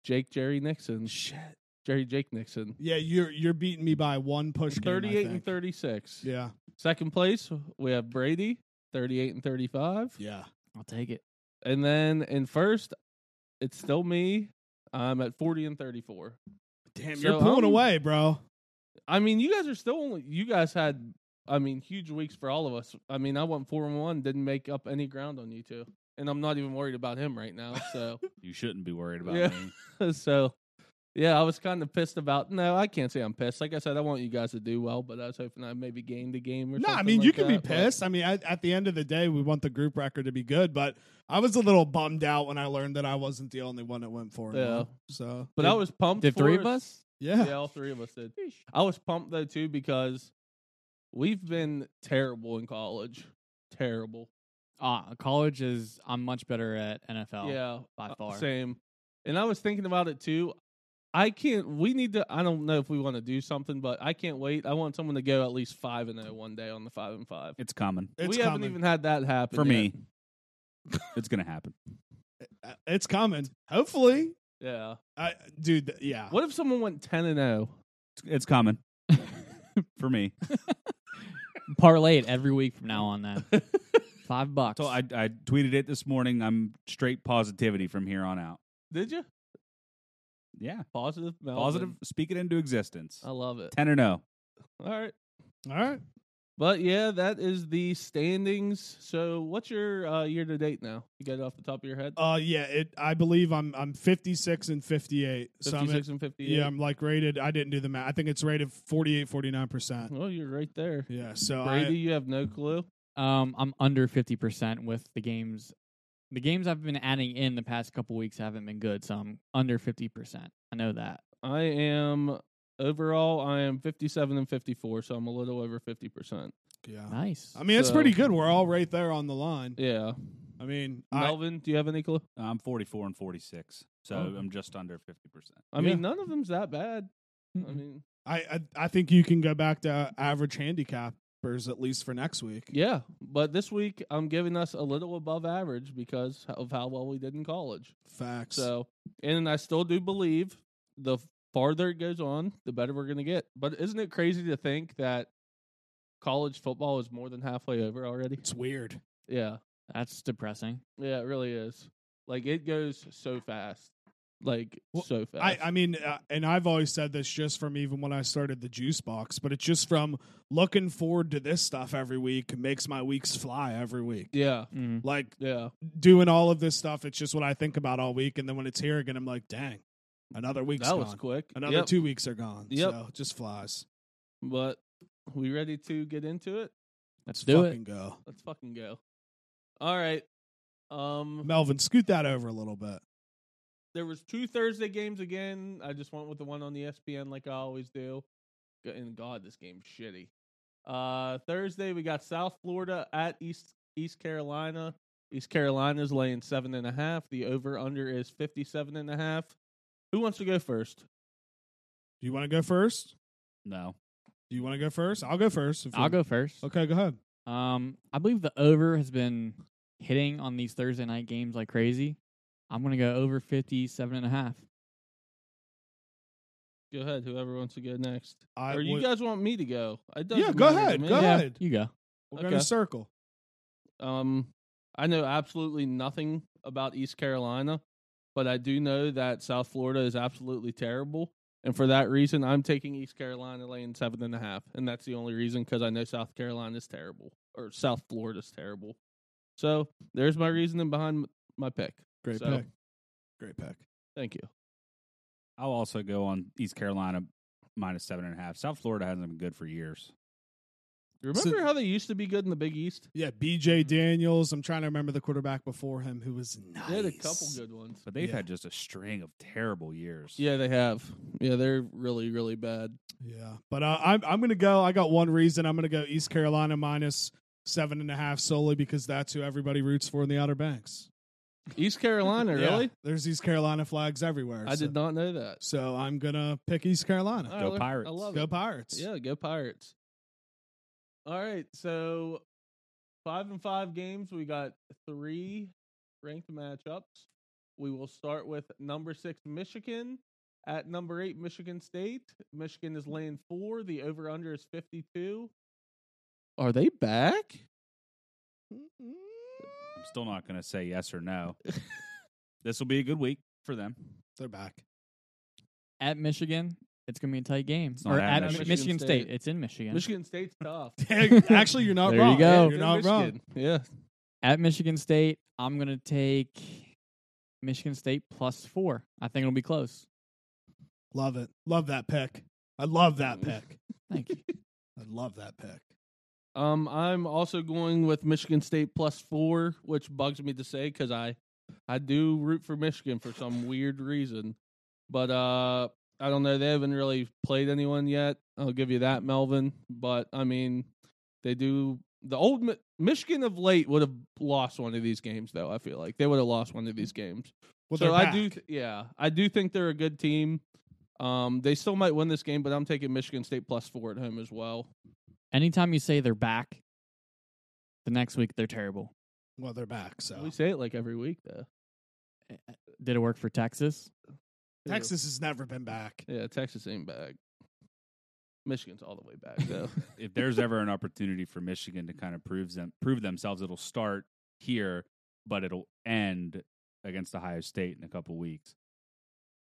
Speaker 1: Jake Jerry Nixon,
Speaker 2: Shit.
Speaker 1: Jerry Jake Nixon,
Speaker 2: Yeah, you're you're beating me by one push. game, I
Speaker 1: thirty-eight and
Speaker 2: think.
Speaker 1: thirty-six.
Speaker 2: Yeah.
Speaker 1: Second place, we have Brady, 38 and 35.
Speaker 2: Yeah.
Speaker 3: I'll take it.
Speaker 1: And then in first, it's still me. I'm at 40 and 34.
Speaker 2: Damn,
Speaker 1: So
Speaker 2: you're pulling
Speaker 1: I'm-
Speaker 2: away, bro.
Speaker 1: I mean, you guys are still only, you guys had, I mean, huge weeks for all of us. I mean, I went 4 and 1, didn't make up any ground on you two. And I'm not even worried about him right now. So,
Speaker 4: You shouldn't be worried about
Speaker 1: Yeah.
Speaker 4: me.
Speaker 1: so yeah, I was kind of pissed about, no, I can't say I'm pissed. Like I said, I want you guys to do well, but I was hoping I maybe gained a game or
Speaker 2: No,
Speaker 1: something.
Speaker 2: I mean
Speaker 1: like
Speaker 2: you can
Speaker 1: that,
Speaker 2: be
Speaker 1: but-
Speaker 2: pissed. I mean, at, at the end of the day, we want the group record to be good. But I was a little bummed out when I learned that I wasn't the only one that went for it.
Speaker 1: Yeah.
Speaker 2: So,
Speaker 1: But I was pumped.
Speaker 3: Did three
Speaker 1: for
Speaker 3: of
Speaker 1: us.
Speaker 3: us?
Speaker 2: yeah,
Speaker 1: Yeah, all three of us did. I was pumped though too because we've been terrible in college. Terrible.
Speaker 3: Ah, college is. I'm much better at NFL.
Speaker 1: yeah,
Speaker 3: by
Speaker 1: uh,
Speaker 3: far.
Speaker 1: Same. And I was thinking about it too. I can't. We need to. I don't know if we want to do something, but I can't wait. I want someone to go at least five and oh one day on the five and five.
Speaker 4: It's coming
Speaker 2: it's
Speaker 1: we
Speaker 2: coming.
Speaker 1: haven't even had that happen
Speaker 4: for
Speaker 1: yet.
Speaker 4: me. it's gonna happen.
Speaker 2: Uh, It's coming. Hopefully,
Speaker 1: Yeah.
Speaker 2: I, dude. th- Yeah.
Speaker 1: What if someone went ten and oh? zero?
Speaker 4: It's, it's coming for me.
Speaker 3: Parlayed every week from now on. Then five bucks.
Speaker 4: So I, I tweeted it this morning. I'm straight positivity from here on out.
Speaker 1: Did you
Speaker 4: Yeah,
Speaker 1: positive? Melvin.
Speaker 4: positive. Speak it into existence.
Speaker 1: I love it.
Speaker 4: Ten oh. or no.
Speaker 1: All right.
Speaker 2: All right.
Speaker 1: But yeah, that is the standings. So, what's your uh, year to date now? You got it off the top of your head?
Speaker 2: Uh, yeah. It. I believe I'm. I'm 56 and 58. So I'm. At,
Speaker 1: 56 and 58.
Speaker 2: yeah, I'm like rated. I didn't do the math. I think it's rated 48, 49 percent.
Speaker 1: Well, you're right there.
Speaker 2: Yeah. So I-
Speaker 1: Brady, you have no clue.
Speaker 3: um, I'm under fifty percent with the games. The games I've been adding in the past couple weeks haven't been good, so I'm under fifty percent. I know that.
Speaker 1: I am overall, I am 57 and 54, so I'm a little over 50%.
Speaker 2: yeah.
Speaker 3: Nice.
Speaker 2: I mean, it's
Speaker 1: So-
Speaker 2: pretty good. We're all right there on the line.
Speaker 1: Yeah.
Speaker 2: I mean, I,
Speaker 1: Melvin, do you have any clue?
Speaker 4: I'm 44 and 46, so
Speaker 1: Oh.
Speaker 4: I'm just under 50 percent.
Speaker 1: I mean, none of them's that bad. I
Speaker 3: Mm-mm.
Speaker 1: mean,
Speaker 2: I, I I think you can go back to average handicappers at least for next week.
Speaker 1: yeah, but this week I'm giving us a little above average because of how well we did in college.
Speaker 2: Facts.
Speaker 1: So, and I still do believe the farther it goes on, the better we're going to get. But isn't it crazy to think that college football is more than halfway over already?
Speaker 2: it's weird.
Speaker 1: Yeah.
Speaker 3: That's depressing.
Speaker 1: Yeah, it really is. Like, it goes so fast. Like,
Speaker 2: Well,
Speaker 1: so fast.
Speaker 2: I, I mean, uh, and I've always said this just from even when I started the juice box, but it's just from looking forward to this stuff every week makes my weeks fly every week.
Speaker 1: yeah.
Speaker 3: Mm.
Speaker 2: Like
Speaker 1: Yeah.
Speaker 2: doing all of this stuff, it's just what I think about all week. And then when it's here again, I'm like, dang, another week's
Speaker 1: That
Speaker 2: gone.
Speaker 1: was quick.
Speaker 2: Another
Speaker 1: Yep.
Speaker 2: two weeks are gone.
Speaker 1: Yep.
Speaker 2: So it just flies.
Speaker 1: But we ready to get into it?
Speaker 3: Let's do
Speaker 2: fucking
Speaker 3: it.
Speaker 2: go.
Speaker 1: Let's fucking go. All right. Um,
Speaker 2: Melvin, scoot that over a little bit.
Speaker 1: there was two Thursday games again. I just went with the one on the E ESPN like I always do. G- And God, this game's shitty. Uh, Thursday we got South Florida at East East Carolina. East Carolina's laying seven and a half. The over under is fifty seven and a half. Who wants to go first?
Speaker 2: Do you want to go first?
Speaker 4: No,
Speaker 2: Do you want to go first? I'll go first. if
Speaker 3: I'll
Speaker 2: you-
Speaker 3: go first.
Speaker 2: Okay, go ahead.
Speaker 3: Um, I believe the over has been hitting on these Thursday night games like crazy. I'm gonna go over fifty-seven and a half.
Speaker 1: Go ahead, whoever wants to go next.
Speaker 2: I
Speaker 1: or you
Speaker 2: would-
Speaker 1: guys want me to go? It doesn't
Speaker 2: Yeah, go
Speaker 1: matter to
Speaker 2: ahead,
Speaker 1: me.
Speaker 2: go
Speaker 3: Yeah,
Speaker 2: ahead.
Speaker 3: you go.
Speaker 2: We're
Speaker 1: Okay.
Speaker 2: gonna circle.
Speaker 1: Um, I know absolutely nothing about East Carolina, but I do know that South Florida is absolutely terrible. And for that reason, I'm taking East Carolina laying seven and a half. And that's the only reason because I know South Carolina is terrible. or South Florida's terrible. So there's my reasoning behind m- my pick.
Speaker 2: Great
Speaker 1: So-
Speaker 2: pick. Great pick.
Speaker 1: Thank you.
Speaker 4: I'll also go on East Carolina minus seven and a half. South Florida hasn't been good for years.
Speaker 1: Remember how they used to be good in the Big East?
Speaker 2: Yeah,
Speaker 1: Mm-hmm.
Speaker 2: BJ Daniels. I'm trying to remember the quarterback before him who was nice.
Speaker 1: They had a couple good ones.
Speaker 4: But they've
Speaker 2: Yeah.
Speaker 4: had just a string of terrible years.
Speaker 1: Yeah, they have. Yeah, they're really, really bad.
Speaker 2: Yeah, but uh, I'm I'm gonna go. I got one reason. I'm gonna go East Carolina minus seven and a half solely because that's who everybody roots for in the Outer Banks.
Speaker 1: East Carolina,
Speaker 2: Yeah,
Speaker 1: really?
Speaker 2: There's East Carolina flags everywhere.
Speaker 1: I
Speaker 2: so,
Speaker 1: did not know that.
Speaker 2: So I'm gonna pick East Carolina.
Speaker 1: All right,
Speaker 4: Pirates.
Speaker 1: I love
Speaker 2: Go
Speaker 1: it.
Speaker 2: Pirates.
Speaker 1: Yeah, go Pirates. All right, so five and five games. We got three ranked matchups. We will start with number six Michigan at number eight Michigan State. Michigan is laying four. The over under is fifty two. Are they back?
Speaker 4: I'm still not going to say yes or no. this will be a good week for them.
Speaker 2: They're back.
Speaker 3: At Michigan, it's going to be a tight game.
Speaker 4: It's not
Speaker 3: Or
Speaker 4: at
Speaker 3: at, Mi-
Speaker 1: Michigan.
Speaker 3: Michigan, State.
Speaker 1: State.
Speaker 3: It's in Michigan.
Speaker 1: Michigan State's tough.
Speaker 2: Actually, you're not
Speaker 3: There you
Speaker 2: wrong.
Speaker 3: go.
Speaker 2: Yeah,
Speaker 1: Good
Speaker 2: You're not wrong.
Speaker 1: Michigan. Yeah,
Speaker 3: At Michigan State, I'm going to take Michigan State plus four. I think it'll be close.
Speaker 2: Love it. Love that pick. I love
Speaker 1: Mm.
Speaker 2: that pick.
Speaker 3: Thank you.
Speaker 2: I love that pick.
Speaker 1: Um, I'm also going with Michigan State plus four, which bugs me to say because I, I do root for Michigan for some weird reason, but uh, I don't know. They haven't really played anyone yet. I'll give you that, Melvin. But I mean, they do. The old Mi- Michigan of late would have lost one of these games, though. I feel like they would have lost one of these games.
Speaker 2: Well,
Speaker 1: so
Speaker 2: they're
Speaker 1: I do, th-
Speaker 2: back.
Speaker 1: yeah, I do think they're a good team. Um, they still might win this game, but I'm taking Michigan State plus four at home as well.
Speaker 3: Anytime you say they're back, the next week they're terrible.
Speaker 2: Well, they're back. So
Speaker 1: We say it like every week, though.
Speaker 3: Did it work for Texas?
Speaker 1: Texas.
Speaker 2: Texas has never been back.
Speaker 1: Yeah, Texas ain't back. Michigan's all the way back though.
Speaker 4: If there's ever an opportunity for Michigan to kind of prove them prove themselves, it'll start here, but it'll end against Ohio State in a couple weeks.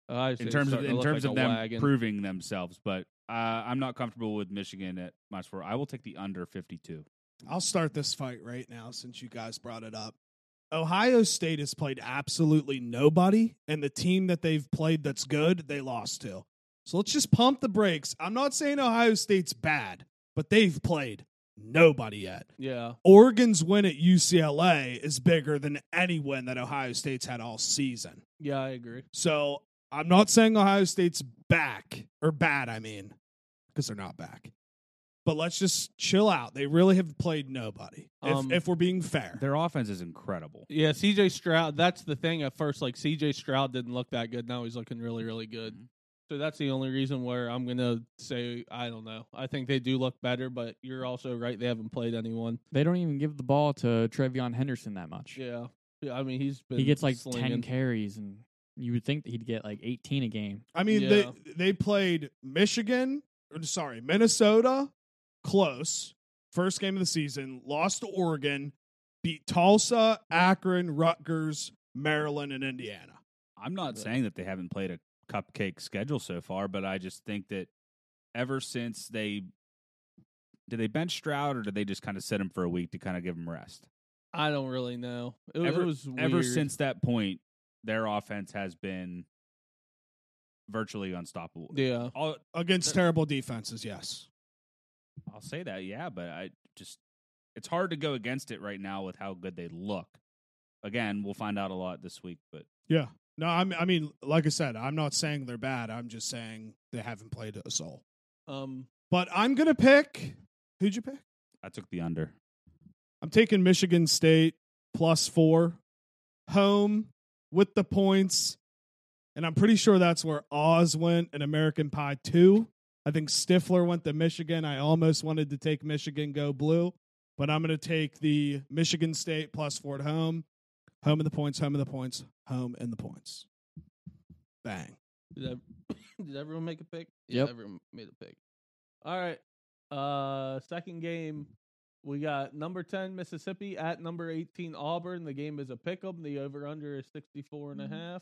Speaker 1: Ohio
Speaker 4: in
Speaker 1: State's
Speaker 4: terms of
Speaker 1: starting to
Speaker 4: in
Speaker 1: look
Speaker 4: terms
Speaker 1: like
Speaker 4: of
Speaker 1: a
Speaker 4: them
Speaker 1: wagon.
Speaker 4: proving themselves, but uh, I'm not comfortable with Michigan at minus four. I will take the under 52.
Speaker 2: I'll start this fight right now since you guys brought it up. Ohio State has played absolutely nobody, and the team that they've played that's good, they lost to. So let's just pump the brakes. I'm not saying Ohio State's bad, but they've played nobody yet.
Speaker 1: yeah,
Speaker 2: Oregon's win at UCLA is bigger than any win that Ohio State's had all season.
Speaker 1: yeah, I agree.
Speaker 2: So I'm not saying Ohio State's back or bad, I mean, because they're not back. But let's just chill out. They really have played nobody, if,
Speaker 1: Um,
Speaker 2: if we're being fair.
Speaker 4: Their offense is incredible.
Speaker 1: Yeah, CJ Stroud. That's the thing. At first, like CJ Stroud didn't look that good. Now he's looking really, really good. So that's the only reason where I'm gonna say I don't know. I think they do look better, but you're also right. They haven't played anyone.
Speaker 3: They don't even give the ball to Trevion Henderson that much.
Speaker 1: Yeah, yeah I mean he's been
Speaker 3: He gets like
Speaker 1: slinging.
Speaker 3: 10 carries, and you would think that he'd get like 18 a game.
Speaker 2: I mean,
Speaker 1: Yeah.
Speaker 2: they, they played Michigan, or, sorry, Minnesota, close, first game of the season, lost to Oregon, beat Tulsa, Akron, Rutgers, Maryland, and Indiana.
Speaker 4: I'm not
Speaker 1: But-
Speaker 4: saying that they haven't played a cupcake schedule so far, but I just think that ever since they did they bench Stroud or did they just kind of set him for a week to kind of give him rest?
Speaker 1: I don't really know. It, it
Speaker 4: Ever-
Speaker 1: was
Speaker 4: Ever
Speaker 1: weird.
Speaker 4: since that point, their offense has been virtually unstoppable.
Speaker 1: Yeah,
Speaker 4: I'll,
Speaker 2: Against terrible defenses, yes.
Speaker 4: I'll say that, yeah, but I just it's hard to go against it right now with how good they look. Again, we'll find out a lot this week, but
Speaker 2: Yeah. No, I'm, I mean, like I said, I'm not saying they're bad. I'm just saying they haven't played a soul.
Speaker 1: um,
Speaker 2: But I'm going to pick. Who'd you pick?
Speaker 4: I took the under.
Speaker 2: I'm taking Michigan State plus four home with the points. And I'm pretty sure that's where Oz went and American Pie 2. I think Stifler went to Michigan. I almost wanted to take Michigan go blue, but I'm going to take the Michigan State plus four at home. Home in the points, home in the points, home in the points. Bang.
Speaker 1: Did, ev- did everyone make a pick?
Speaker 3: Yep.
Speaker 1: Everyone made a pick. All right. Uh, second game, we got number 10 Mississippi at number 18 Auburn. The game is a pick 'em. The over under is 64
Speaker 3: Mm-hmm.
Speaker 1: and a half.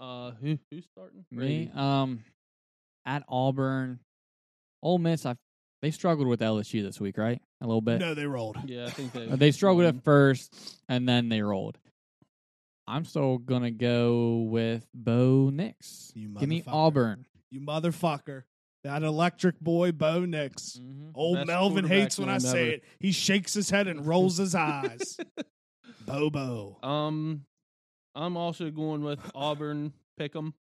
Speaker 1: Uh, who, who's starting?
Speaker 3: Me, um, at Auburn, Ole Miss, I've, they struggled with LSU this week, right? a little bit.
Speaker 2: No, they rolled.
Speaker 1: Yeah, I think
Speaker 3: Uh,
Speaker 1: they.
Speaker 3: They struggled
Speaker 1: Mm-hmm.
Speaker 3: at first, and then they rolled. I'm still gonna go with Bo Nix.
Speaker 2: You
Speaker 3: Give me
Speaker 2: motherfucker.
Speaker 3: Auburn.
Speaker 2: You motherfucker. That electric boy, Bo
Speaker 3: Mm,
Speaker 2: Nix.
Speaker 3: Mm-hmm.
Speaker 2: Old
Speaker 1: Best
Speaker 2: Melvin hates
Speaker 1: quarterback
Speaker 2: when I
Speaker 1: name
Speaker 2: say
Speaker 1: ever.
Speaker 2: it. He shakes his head and rolls his eyes. Bobo.
Speaker 1: Mm-hmm. Um, I'm also going with Auburn. Pick 'em.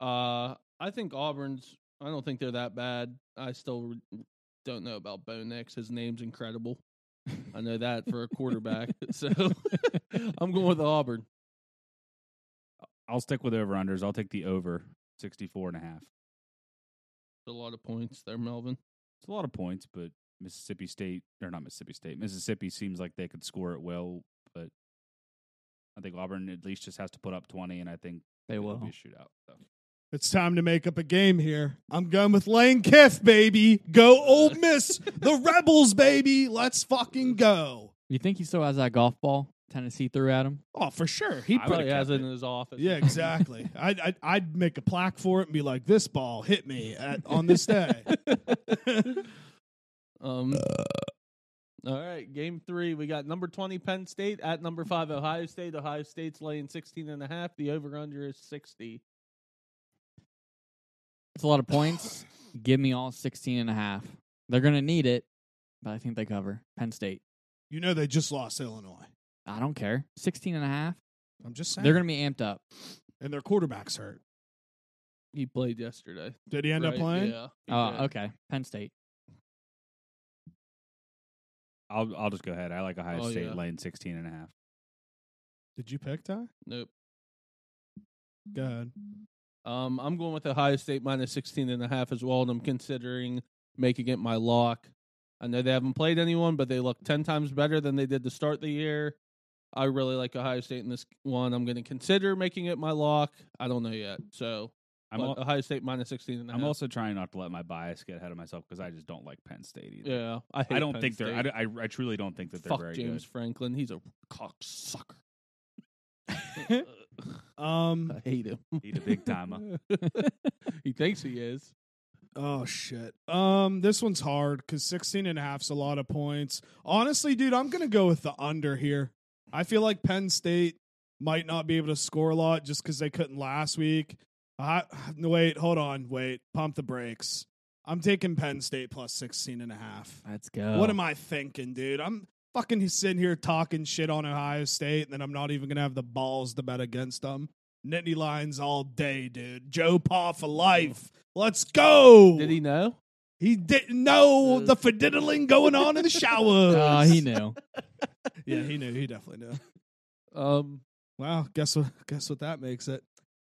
Speaker 1: Uh, I think Auburn's. I don't think they're that bad. I still re- don't know about Bo Nix. His name's incredible. I know that for a quarterback. so I'm going with Auburn.
Speaker 4: I'll stick with over unders. I'll take the over 64 and a half.
Speaker 1: A lot of points there, Melvin.
Speaker 4: It's a lot of points, but Mississippi State or not Mississippi State. Mississippi seems like they could score it well, but I think Auburn at least just has to put up 20 and I think
Speaker 3: They
Speaker 4: it'll
Speaker 3: will.
Speaker 4: be a shootout. So.
Speaker 2: It's time to make up a game here. I'm going with Lane Kiff, baby. Go Old Miss, the Rebels, baby. Let's fucking go.
Speaker 3: You think he still has that golf ball Tennessee threw at him?
Speaker 2: Oh, for sure. He
Speaker 4: I
Speaker 2: pro-
Speaker 4: would've
Speaker 1: Probably has
Speaker 4: kept
Speaker 1: it in his office.
Speaker 2: yeah, exactly. I'd, I'd I'd make a plaque for it and be like, "This ball hit me at, on this day."
Speaker 1: Um. All right, game three. We got number 20 Penn State at number five Ohio State. Ohio State's laying 16 and a half. The over under is 60.
Speaker 3: It's a lot of points. Give me all 16 and a half. They're going to need it, but I think they cover. Penn State.
Speaker 2: You know they just lost Illinois.
Speaker 3: I don't care. 16 and a half.
Speaker 2: I'm just saying.
Speaker 3: They're going to be amped up.
Speaker 2: and their quarterback's hurt.
Speaker 1: He played yesterday.
Speaker 2: Did he end up
Speaker 1: right?
Speaker 2: playing?
Speaker 1: Yeah. he
Speaker 3: Oh,
Speaker 1: did.
Speaker 3: okay. Penn State.
Speaker 4: I'll I'll just go ahead. I like Ohio
Speaker 1: Oh,
Speaker 4: State
Speaker 1: yeah.
Speaker 4: laying 16 and a half.
Speaker 2: Did you pick Ty?
Speaker 1: Nope.
Speaker 2: Go ahead.
Speaker 1: Um, I'm going with Ohio State minus 16 and a half as well, and I'm considering making it my lock. I know they haven't played anyone, but they look 10 times better than they did to start the year. I really like Ohio State in this one. I'm going to consider making it my lock. I don't know yet. So,
Speaker 4: I'm
Speaker 1: but
Speaker 4: al-
Speaker 1: Ohio State minus 16 and a
Speaker 4: I'm
Speaker 1: half.
Speaker 4: also trying not to let my bias get ahead of myself because I just don't like Penn State either.
Speaker 1: yeah, I, hate
Speaker 4: I don't
Speaker 1: Penn
Speaker 4: think they're. I,
Speaker 1: State.
Speaker 4: d- I- I truly don't think that they're
Speaker 1: Fuck
Speaker 4: very
Speaker 1: James
Speaker 4: good.
Speaker 1: Franklin. He's a cocksucker.
Speaker 2: Um.
Speaker 1: I hate him.
Speaker 4: He's a big timer.
Speaker 1: he thinks he is.
Speaker 2: Oh shit. Um. This one's hard because 16 and a half's a lot of points. Honestly, dude, I'm gonna go with the under here. I feel like Penn State might not be able to score a lot just because they couldn't last week. I, no, wait, hold on, wait, pump the brakes. I'm taking Penn State plus 16 and a half.
Speaker 3: Let's go.
Speaker 2: What am I thinking, dude? I'm fucking sitting here talking shit on Ohio State, and then I'm not even gonna have the balls to bet against them. Nittany lines all day, dude. Joe Paw for life. Let's go.
Speaker 1: Did he know?
Speaker 2: He didn't know
Speaker 1: Uh.
Speaker 2: the fiddling going on in the shower.
Speaker 3: Uh, he knew.
Speaker 2: yeah, he knew. He definitely knew.
Speaker 1: Um,
Speaker 2: Wow, guess what? Guess what that makes it.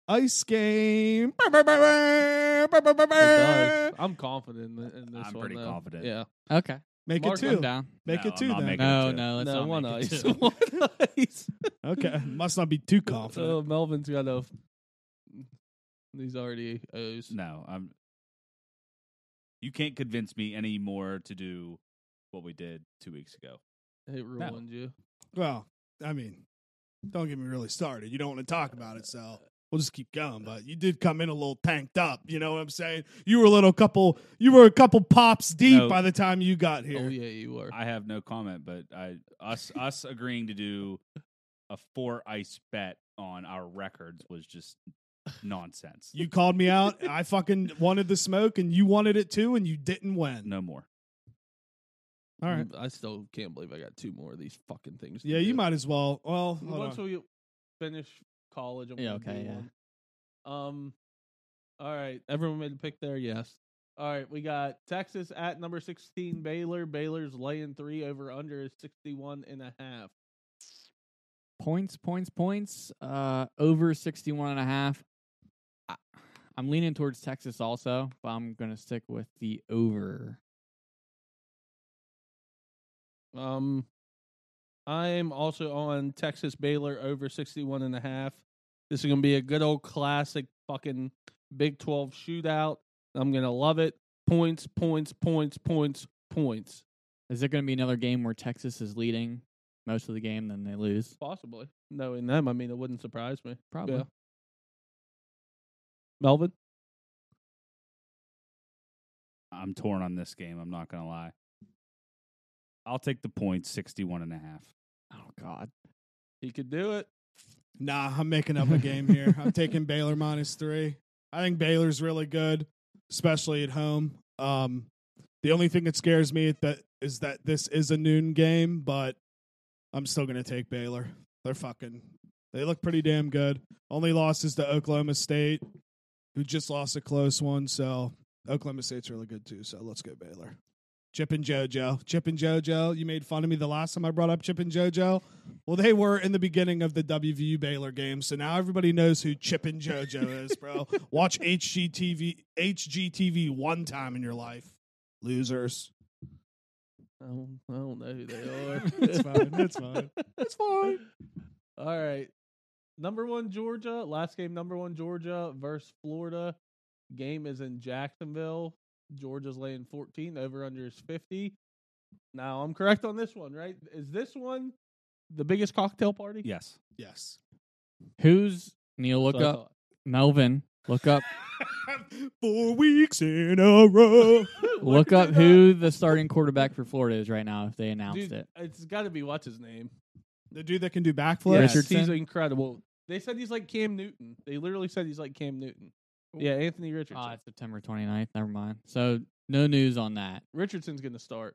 Speaker 2: Ice game. Make Uh,
Speaker 1: it does. I'm confident in, in this
Speaker 4: I'm
Speaker 1: one,
Speaker 4: pretty
Speaker 1: though.
Speaker 4: confident.
Speaker 1: Yeah.
Speaker 3: Okay.
Speaker 2: it
Speaker 1: Mark, I'm
Speaker 3: I'm
Speaker 2: two.
Speaker 3: down.
Speaker 2: Make
Speaker 4: No,
Speaker 2: it
Speaker 4: I'm
Speaker 2: two
Speaker 4: not
Speaker 2: then.
Speaker 4: making it
Speaker 3: No,
Speaker 4: two.
Speaker 3: no, let's
Speaker 1: no,
Speaker 3: not
Speaker 1: one
Speaker 3: make it
Speaker 1: ice.
Speaker 3: two.
Speaker 1: one ice.
Speaker 2: Okay, must not be too confident.
Speaker 1: Uh, Melvin's got a. He's already O's.
Speaker 4: No, I'm. You can't convince me any more to do what we did two weeks ago.
Speaker 1: It ruined you.
Speaker 2: Well, I mean, don't get me really started. You don't want to talk about it, so we'll just keep going. But you did come in a little tanked up. You know what I'm saying? You were a little couple. You were a couple pops deep
Speaker 4: No.
Speaker 2: by the time you got here.
Speaker 1: Oh yeah, you were.
Speaker 4: I have no comment, but I us us agreeing to do a four ice bet on our records was just nonsense.
Speaker 2: You called me out. I fucking wanted the smoke, and you wanted it too, and you didn't win.
Speaker 4: no more.
Speaker 2: All right.
Speaker 1: I still can't believe I got two more of these fucking things. to
Speaker 2: Yeah, you
Speaker 1: do.
Speaker 2: might as well. Well, hold
Speaker 1: Once
Speaker 2: on.
Speaker 1: we finish college, I'm gonna
Speaker 3: Yeah, okay,
Speaker 1: do
Speaker 3: yeah.
Speaker 1: one. Um. All right, everyone made a pick there. Yes. All right, we got Texas at number sixteen. Baylor. Baylor's laying three over under is sixty one and a half.
Speaker 3: points, points, points. Uh, over 61 and a half. I, I'm leaning towards Texas also, but I'm going to stick with the over.
Speaker 1: Um, I'm also on Texas Baylor over 61 and a half. This is going to be a good old classic fucking Big 12 shootout. I'm going to love it. Points, points, points, points, points.
Speaker 3: Is there going to be another game where Texas is leading most of the game, then they lose?
Speaker 1: Possibly. Knowing them, I mean, it wouldn't surprise me.
Speaker 3: Probably.
Speaker 1: Yeah. Melvin?
Speaker 4: I'm torn on this game. I'm not gonna lie. I'll take the points, 61 and a half.
Speaker 3: Oh God.
Speaker 1: He could do it.
Speaker 2: Nah, I'm making up a game here. I'm taking Baylor minus three. I think Baylor's really good, especially at home. Um, the only thing that scares me at that is that this is a noon game, but I'm still gonna take Baylor. They're fucking. They look pretty damn good. Only losses to Oklahoma State, who just lost a close one. So Oklahoma State's really good too. So let's go Baylor. Chip and JoJo. Chip and JoJo. You made fun of me the last time I brought up Chip and JoJo. Well, they were in the beginning of the WVU Baylor game, so now everybody knows who Chip and JoJo is, bro. Watch HGTV HGTV one time in your life, losers.
Speaker 1: I don't, I don't know who they are.
Speaker 2: It's fine, it's fine. It's fine.
Speaker 1: All right. Number one Georgia. Last game, number one Georgia versus Florida. Game is in Jacksonville. Georgia's laying 14. Over under is 50. Now I'm correct on this one, right? Is this one the biggest cocktail party?
Speaker 4: Yes.
Speaker 2: Yes.
Speaker 3: Who's Neil? Look
Speaker 1: That's what I
Speaker 3: up
Speaker 1: thought.
Speaker 3: Melvin. Look up.
Speaker 2: Four weeks in a row.
Speaker 1: Why
Speaker 3: look
Speaker 1: did I
Speaker 3: up
Speaker 1: not-
Speaker 3: who the starting quarterback for Florida is right now. If they announced
Speaker 1: Dude,
Speaker 3: it,
Speaker 1: it's got to be what's his name.
Speaker 2: The dude that can do backflips.
Speaker 1: Yes,
Speaker 3: Richardson?
Speaker 1: he's incredible. They said he's like Cam Newton. They literally said he's like Cam Newton. Yeah, Anthony Richardson.
Speaker 3: ah, it's September 29th. Never mind. So no news on that.
Speaker 1: Richardson's going to start.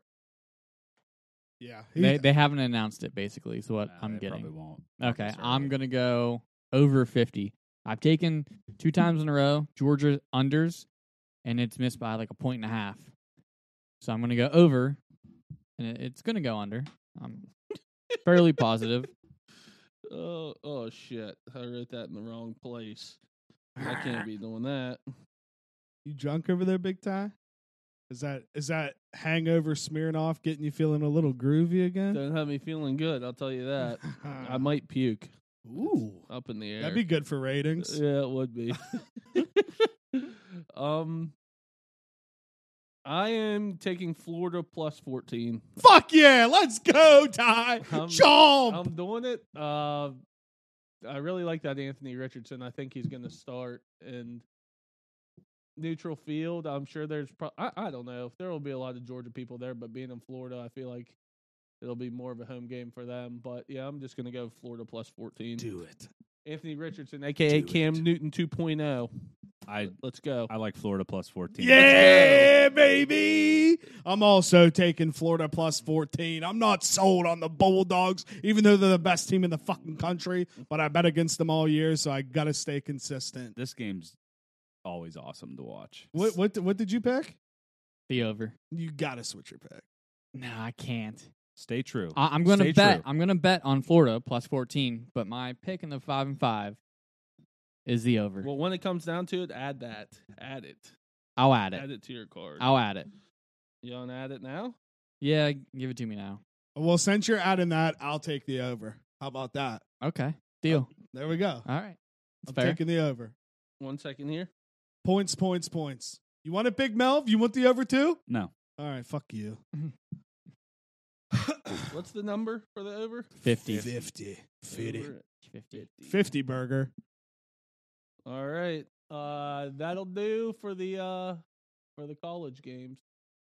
Speaker 2: Yeah. he-
Speaker 3: They they haven't announced it. Basically, is what
Speaker 4: Nah,
Speaker 3: I'm
Speaker 4: they
Speaker 3: getting.
Speaker 4: Uh, Probably won't.
Speaker 3: Okay,
Speaker 4: Sorry.
Speaker 3: I'm gonna go over 50. I've taken two times in a row Georgia unders, and it's missed by like a point and a half. So I'm gonna go over, and it- it's gonna go under. I'm fairly positive.
Speaker 1: Oh, oh shit! I wrote that in the wrong place. I can't be doing that.
Speaker 2: You drunk over there, Big Ty? Is that is that hangover smearing off getting you feeling a little groovy again?
Speaker 1: Don't have me feeling good. I'll tell you that. I might puke
Speaker 2: Ooh,
Speaker 1: up in the air.
Speaker 2: Uh. that'd be good for ratings.
Speaker 1: yeah, it would be. um, I am taking Florida plus fourteen.
Speaker 2: Fuck yeah, let's go, Ty.
Speaker 1: I'm-
Speaker 2: Chomp.
Speaker 1: I'm doing it. Uh, I really like that Anthony Richardson. I think he's going to start and neutral field. I'm sure there's. Pro- I I don't know. There will be a lot of Georgia people there, but being in Florida, I feel like it'll be more of a home game for them. But yeah, I'm just going to go Florida plus 14.
Speaker 2: it.
Speaker 1: Anthony Richardson, aka
Speaker 2: Do
Speaker 1: Cam
Speaker 2: it.
Speaker 1: Newton 2.0.
Speaker 4: I
Speaker 1: Let's go.
Speaker 4: I like Florida plus 14.
Speaker 2: Yeah, baby. I'm also taking Florida plus 14. I'm not sold on the Bulldogs, even though they're the best team in the fucking country, but I bet against them all year, so I got to stay consistent.
Speaker 4: This game's always awesome to watch.
Speaker 2: What what what did you pick?
Speaker 3: The over.
Speaker 2: You got to switch your pick.
Speaker 3: No, I can't.
Speaker 4: Stay true.
Speaker 3: I, I'm gonna
Speaker 4: Stay
Speaker 3: bet.
Speaker 4: true.
Speaker 3: I'm gonna bet on Florida plus 14, but my pick in the five and five is the over.
Speaker 1: Well, when it comes down to it, add that. Add it.
Speaker 3: I'll add
Speaker 1: Add
Speaker 3: it.
Speaker 1: it to your card.
Speaker 3: I'll add it.
Speaker 1: You want to add it now?
Speaker 3: Yeah, give it to me now.
Speaker 2: Well, since you're adding that, I'll take the over. How about that?
Speaker 3: Okay, deal.
Speaker 4: Oh.
Speaker 2: There we go.
Speaker 3: All right,
Speaker 2: I'm
Speaker 3: fair.
Speaker 2: taking the over.
Speaker 1: One second here.
Speaker 2: Points, points, points. You want it, Big Melv? You want the over too?
Speaker 4: no.
Speaker 2: All right, fuck you.
Speaker 1: What's the number for the over?
Speaker 3: 50.
Speaker 2: 50. 50.
Speaker 1: Over.
Speaker 3: 50.
Speaker 2: 50 burger.
Speaker 1: All right. Uh that'll do for the uh for the college games.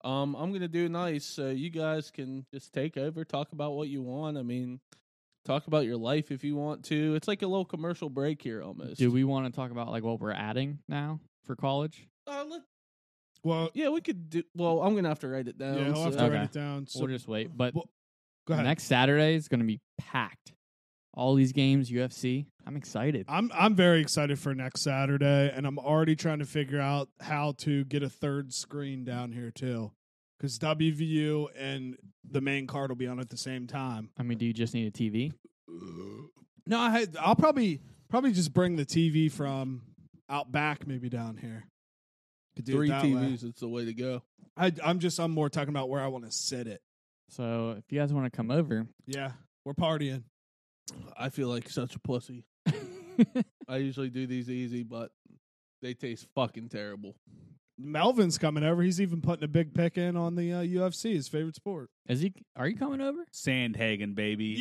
Speaker 1: Um I'm going to do nice so you guys can just take over, talk about what you want. I mean, talk about your life if you want to. It's like a little commercial break here almost.
Speaker 3: Do we want to talk about like what we're adding now for college?
Speaker 1: Uh, let,
Speaker 2: Well,
Speaker 1: yeah, we could do Well, I'm going to have to write it down.
Speaker 2: Oh, yeah, I'll have
Speaker 1: so-
Speaker 2: to
Speaker 3: Okay.
Speaker 2: write it down. So,
Speaker 3: we'll just wait. But
Speaker 2: Well, go ahead.
Speaker 3: next Saturday is going to be packed. All these games, UFC. I'm excited.
Speaker 2: I'm I'm very excited for next Saturday, and I'm already trying to figure out how to get a third screen down here too, because WVU and the main card will be on at the same time.
Speaker 3: I mean, do you just need a TV?
Speaker 2: No, I had, I'll probably probably just bring the TV from out back, maybe down here. Could do it
Speaker 1: Three
Speaker 2: that way.
Speaker 1: TVs, it's the way to go.
Speaker 2: I, I'm just I'm more talking about where I want to sit it.
Speaker 3: So if you guys want to come over,
Speaker 2: Yeah, we're partying.
Speaker 1: I feel like such a pussy. I usually do these easy, but they taste fucking terrible.
Speaker 2: Melvin's coming over. He's even putting a big pick in on the uh, UFC, his favorite sport.
Speaker 3: is he? Are you coming over?
Speaker 4: Sandhagen, baby.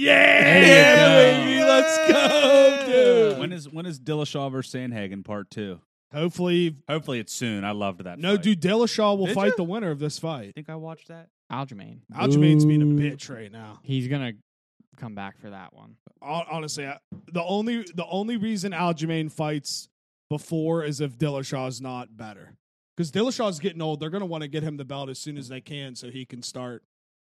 Speaker 3: There you
Speaker 2: baby,
Speaker 3: go.
Speaker 2: let's go, dude.
Speaker 4: When is when is Dillashaw versus Sandhagen part two?
Speaker 2: Hopefully,
Speaker 4: Hopefully it's soon. I loved that.
Speaker 2: no,
Speaker 4: fight.
Speaker 2: dude, Dillashaw will
Speaker 1: Did
Speaker 2: fight
Speaker 1: ya?
Speaker 2: the winner of this fight.
Speaker 4: Think I watched that?
Speaker 3: Aljamain.
Speaker 2: Aljamain's being a
Speaker 1: Ooh.
Speaker 2: bitch right now.
Speaker 3: He's gonna come back for that one.
Speaker 2: Hon- Honestly, I- the only the only reason Aljamain fights before is if Dillashaw's not better. Because Dillashaw's getting old, they're gonna want to get him the belt as soon as they can, so he can start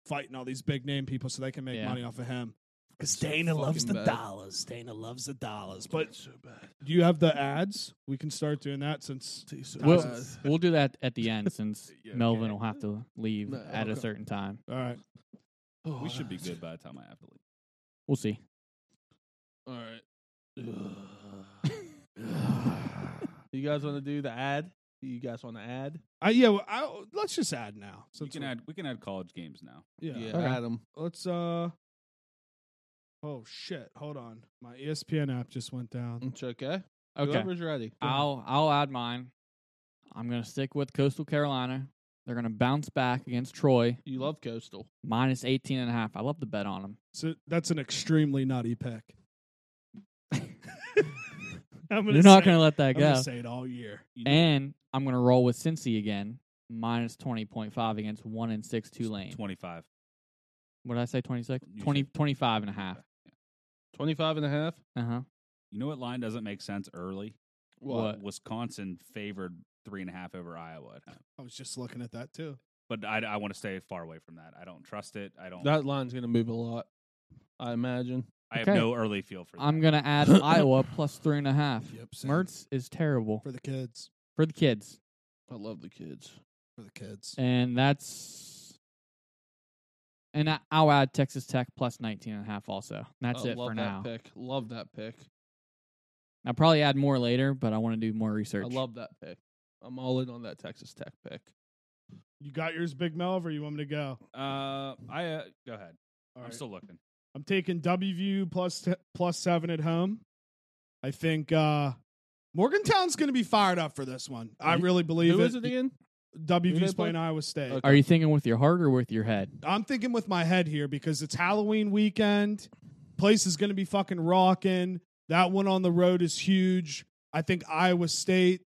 Speaker 2: fighting all these big name people, so they can make
Speaker 3: Yeah.
Speaker 2: money off of him. Because
Speaker 1: So Dana loves fucking the bad.
Speaker 2: dollars. Dana loves the dollars. But
Speaker 1: so bad.
Speaker 2: do you have the ads? We can start doing that since
Speaker 3: We'll,
Speaker 2: bad.
Speaker 3: we'll do that at the end since
Speaker 4: Yeah,
Speaker 3: Melvin
Speaker 4: okay.
Speaker 3: will have to leave
Speaker 1: No,
Speaker 3: at a
Speaker 1: okay.
Speaker 3: certain time.
Speaker 2: all right.
Speaker 1: Oh,
Speaker 4: we should be
Speaker 1: that's-
Speaker 4: good by the time I have to leave.
Speaker 3: We'll see.
Speaker 1: All right. you guys want to do the ad? You guys want to add?
Speaker 2: I, yeah, well, I, let's just add now. So
Speaker 4: we can add we can add college games now.
Speaker 2: Yeah.
Speaker 3: Okay.
Speaker 1: add 'em.
Speaker 2: Let's uh. Oh shit! Hold on, my E ESPN app just went down.
Speaker 1: It's okay.
Speaker 3: Okay.
Speaker 1: Whoever's ready.
Speaker 3: I'll I'll add mine. I'm gonna stick with Coastal Carolina. They're gonna bounce back against Troy
Speaker 1: You love Coastal.
Speaker 3: minus 18 and a half. I love the bet on them.
Speaker 2: So that's an extremely nutty pick. I'm
Speaker 3: You're not
Speaker 2: say it-
Speaker 3: gonna let that
Speaker 2: I'm
Speaker 3: go.
Speaker 2: gonna say it all year.
Speaker 4: You know,
Speaker 3: And I'm gonna roll with Cincy again, minus 20.5 against one and six Tulane.
Speaker 4: twenty five.
Speaker 3: What did I say? 26,
Speaker 4: You
Speaker 3: 20,
Speaker 4: said-
Speaker 3: 25 and a half.
Speaker 1: 25 and a half.
Speaker 3: Uh huh.
Speaker 4: You know what line doesn't make sense early?
Speaker 3: What?
Speaker 4: Wisconsin favored three and a half over Iowa at home.
Speaker 2: I was just looking at that too.
Speaker 4: But I, I want to stay far away from that. I don't trust it. I don't.
Speaker 1: That line's going to move a lot, I imagine.
Speaker 4: I have
Speaker 3: Okay.
Speaker 4: no early feel for that.
Speaker 3: I'm gonna add Iowa plus three and a half.
Speaker 2: Yep. same.
Speaker 3: Mertz is terrible
Speaker 2: for the kids.
Speaker 3: for the kids,
Speaker 1: I love the kids.
Speaker 2: For the kids.
Speaker 3: and that's and I- I'll add Texas Tech plus 19 and a half. Also, that's
Speaker 1: I
Speaker 3: it
Speaker 1: Oh, love
Speaker 3: for
Speaker 1: that
Speaker 3: now.
Speaker 1: Pick. Love that pick.
Speaker 3: I'll probably add more later, but I want to do more research.
Speaker 1: I love that pick. I'm all in on that Texas Tech pick.
Speaker 2: You got yours, Big Melv, or you want me to go?
Speaker 4: Uh, I uh, go ahead.
Speaker 2: All
Speaker 4: I'm
Speaker 2: right.
Speaker 4: still looking.
Speaker 2: I'm taking WVU plus t- plus seven at home. I think uh Morgantown's going to be fired up for this one. I
Speaker 1: Who-
Speaker 2: really believe
Speaker 1: Who
Speaker 2: it.
Speaker 1: is it again? Who
Speaker 2: WVU's
Speaker 1: they play?
Speaker 2: playing Iowa State.
Speaker 1: Okay.
Speaker 3: Are you thinking with your heart or with your head?
Speaker 2: I'm thinking with my head here because it's Halloween weekend. Place is going to be fucking rocking. That one on the road is huge. I think Iowa State,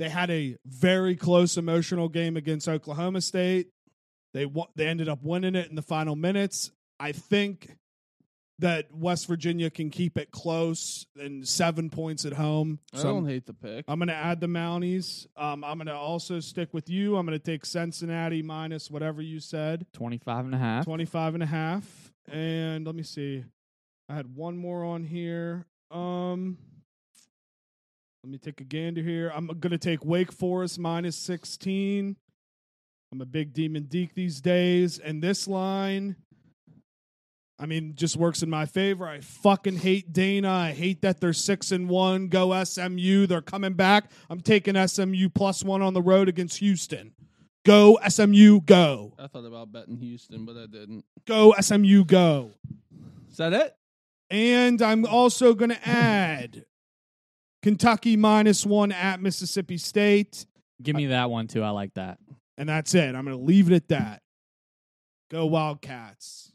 Speaker 2: they had a very close emotional game against Oklahoma State. They wa- they ended up winning it in the final minutes. I think that West Virginia can keep it close and 7 points at home.
Speaker 1: I
Speaker 2: So I'm-
Speaker 1: don't hate the pick.
Speaker 2: I'm going to add the Mounties. Um, I'm going to also stick with you. I'm going to take Cincinnati minus whatever you said.
Speaker 3: 25 and a half.
Speaker 2: 25 and a half and let me see i had one more on here um let me take a gander here i'm gonna take wake forest minus 16 i'm a big demon deke these days and this line i mean just works in my favor i fucking hate dana i hate that they're six and one go smu they're coming back i'm taking smu plus one on the road against houston go smu go
Speaker 1: I thought about betting Houston, but I didn't.
Speaker 2: go SMU go.
Speaker 1: Is that it?
Speaker 2: And I'm also going to add Kentucky minus one at Mississippi State,
Speaker 3: Give me that one too. I like that.
Speaker 2: and that's it. I'm going to leave it at that. Go Wildcats.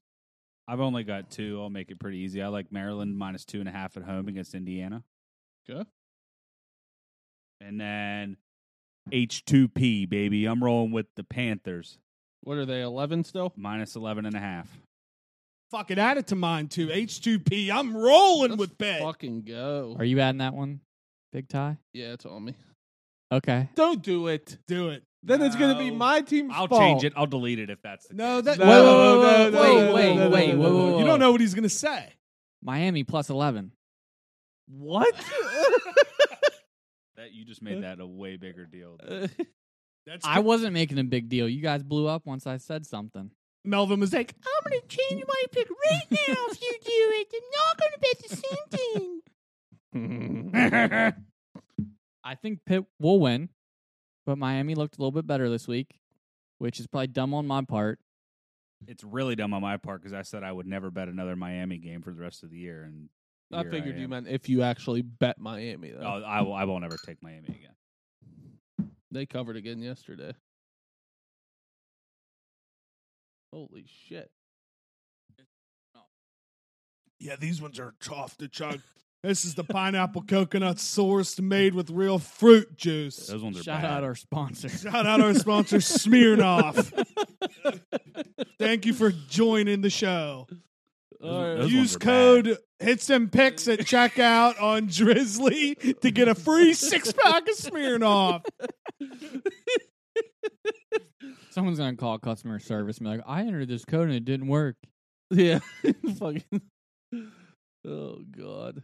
Speaker 4: I've only got two. I'll make it pretty easy. I like Maryland minus two and a half at home against Indiana.
Speaker 1: Okay.
Speaker 4: And then H2P, baby. I'm rolling with the Panthers
Speaker 1: What are they, 11 still?
Speaker 4: minus 11 and a half.
Speaker 2: Fucking add it to mine too. H2P. I'm rolling
Speaker 1: Let's
Speaker 2: with bet.
Speaker 1: Fucking go.
Speaker 3: Are you adding that one, Big Ty?
Speaker 1: yeah, it's on me.
Speaker 3: Okay.
Speaker 1: Don't do it.
Speaker 2: Do it.
Speaker 1: Then it's going to be
Speaker 4: No.
Speaker 1: my team's
Speaker 4: I'll
Speaker 1: fault.
Speaker 4: change it. I'll delete it if that's the
Speaker 2: No,
Speaker 4: case.
Speaker 2: that.
Speaker 1: No,
Speaker 2: whoa,
Speaker 1: no,
Speaker 2: whoa,
Speaker 1: no,
Speaker 2: whoa,
Speaker 1: no,
Speaker 2: whoa,
Speaker 1: wait,
Speaker 2: whoa,
Speaker 1: wait,
Speaker 2: whoa,
Speaker 1: whoa,
Speaker 2: whoa,
Speaker 1: whoa,
Speaker 2: whoa.
Speaker 1: whoa.
Speaker 2: You don't know what he's going to say.
Speaker 3: Miami plus 11.
Speaker 1: What?
Speaker 4: That- you just
Speaker 1: Uh.
Speaker 4: made that a way bigger deal.
Speaker 2: That's
Speaker 3: I wasn't making a big deal. You guys blew up once I said something.
Speaker 2: Melvin was like, I'm going to change my pick right now if you do it. I'm not going to bet the same thing.
Speaker 3: I think Pitt will win, but Miami looked a little bit better this week, which is probably dumb on my part.
Speaker 4: it's really dumb on my part because I said I would never bet another Miami game for the rest of the year. And
Speaker 1: I
Speaker 4: here
Speaker 1: figured you
Speaker 4: am.
Speaker 1: meant if you actually bet Miami,
Speaker 4: Oh,
Speaker 1: though.
Speaker 4: I, will, I won't ever take Miami again. Oh.
Speaker 1: They covered again yesterday. Holy shit.
Speaker 2: Yeah, these ones are tough to chug. This is the pineapple coconut source made with real fruit juice.
Speaker 4: Those ones are
Speaker 3: Shout
Speaker 4: bad.
Speaker 3: out our sponsor.
Speaker 2: Shout out our sponsor, Smirnoff. Thank you for joining the show.
Speaker 4: Those- those ones
Speaker 2: Use
Speaker 4: are
Speaker 2: code Hits Them Picks at checkout on Drizzly to get a free six pack of Smirnoff.
Speaker 3: Someone's gonna call customer service and be like, "I entered this code and it didn't work."
Speaker 1: Yeah. Fucking. Oh God.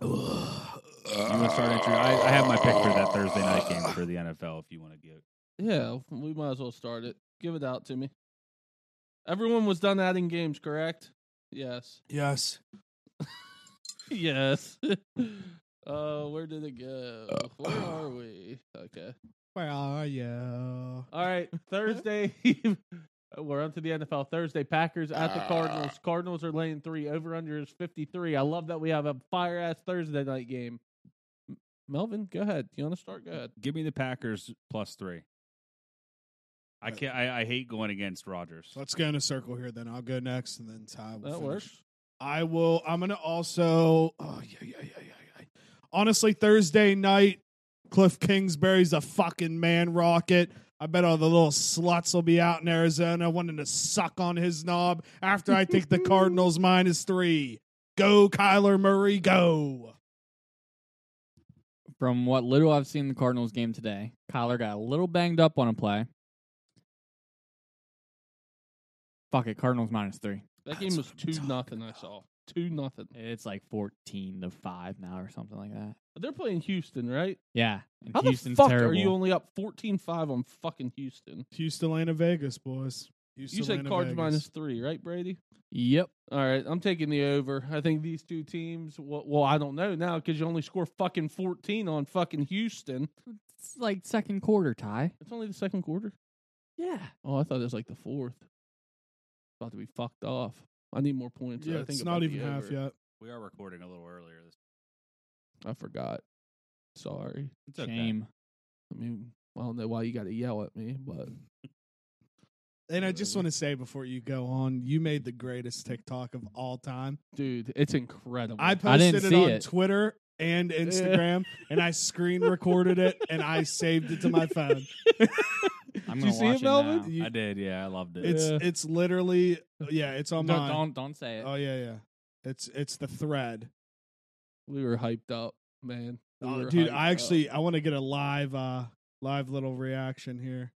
Speaker 4: You want to start entry? I, I have my pick for that Thursday night game for the NFL. If you want to get,
Speaker 1: Yeah, we might as well start it. Give it out to me. Everyone was done adding games, correct? Yes.
Speaker 2: Yes.
Speaker 1: Yes. uh, where did it go? Where are we? Okay.
Speaker 2: Where are you?
Speaker 1: All right, Thursday. We're on to the NFL Thursday. Packers at the
Speaker 2: Ah.
Speaker 1: Cardinals. Cardinals are laying three. Over under is 53. I love that we have a fire ass Thursday night game. M- Melvin, go ahead. You want to start? Go ahead.
Speaker 4: give me the Packers plus three. I
Speaker 2: Right.
Speaker 4: can't. I, I hate going against Rogers.
Speaker 2: So let's go in a circle here. Then I'll go next, and then Ty. Will
Speaker 1: That
Speaker 2: finish.
Speaker 1: works.
Speaker 2: I will. I'm gonna also. Oh yeah, yeah, yeah, yeah, yeah. Honestly, Thursday night, Cliff Kingsbury's a fucking man rocket. I bet all the little sluts will be out in Arizona wanting to suck on his knob after I think the Cardinals minus three. Go, Kyler Murray, go.
Speaker 3: From what little I've seen in the Cardinals game today, Kyler got a little banged up on a play. Fuck it, Cardinals minus three.
Speaker 1: That
Speaker 2: That's
Speaker 1: game was
Speaker 2: what I'm
Speaker 1: 2
Speaker 2: talking
Speaker 1: nothing. I
Speaker 2: about.
Speaker 1: saw. 2 nothing.
Speaker 3: It's like fourteen to five now or something like that.
Speaker 1: They're playing Houston, right?
Speaker 3: Yeah, and
Speaker 1: How
Speaker 3: Houston's
Speaker 1: the fuck
Speaker 3: terrible.
Speaker 1: are you only up 14 5 on fucking Houston?
Speaker 2: Houston, Atlanta, Vegas, boys. Houston,
Speaker 1: You said
Speaker 2: Atlanta,
Speaker 1: cards
Speaker 2: Vegas.
Speaker 1: minus three, right, Brady?
Speaker 3: yep,
Speaker 1: All right, I'm taking the over. I think these two teams. Well, well I don't know now because you only score fucking 14 on fucking Houston.
Speaker 3: it's like second quarter tie.
Speaker 1: It's only the second quarter.
Speaker 3: Yeah,
Speaker 1: Oh, I thought it was like the fourth. About to be fucked off. I need more points. I
Speaker 2: Yeah,
Speaker 1: think
Speaker 2: it's
Speaker 1: it
Speaker 2: not
Speaker 1: might be
Speaker 2: even half
Speaker 1: over.
Speaker 2: yet.
Speaker 4: We are recording a little earlier. This
Speaker 1: I forgot. Sorry.
Speaker 4: it's okay.
Speaker 3: shame.
Speaker 1: I mean, I don't know why you got to yell at me, but
Speaker 2: And I just
Speaker 1: Whatever.
Speaker 2: want to say before you go on, you made the greatest TikTok of all time.
Speaker 1: dude, it's incredible.
Speaker 2: I
Speaker 3: I didn't
Speaker 2: posted it
Speaker 3: see
Speaker 2: on
Speaker 3: it.
Speaker 2: Twitter and Instagram, and I screen recorded it and I saved it to my phone.
Speaker 3: I'm
Speaker 1: Did you
Speaker 3: gonna
Speaker 1: see
Speaker 3: watch
Speaker 1: it, Melvin?
Speaker 3: now.
Speaker 2: You-
Speaker 4: I did. Yeah, I loved it.
Speaker 2: It's
Speaker 1: Yeah.
Speaker 2: it's literally yeah, it's on
Speaker 3: Don't,
Speaker 2: mine.
Speaker 3: don't don't say it.
Speaker 1: Uh,
Speaker 2: Oh yeah, yeah. It's it's the thread.
Speaker 1: we were hyped up, man. We
Speaker 2: Oh,
Speaker 1: were
Speaker 2: dude,
Speaker 1: hyped
Speaker 2: I
Speaker 1: up.
Speaker 2: actually I want to get a live uh live little reaction here.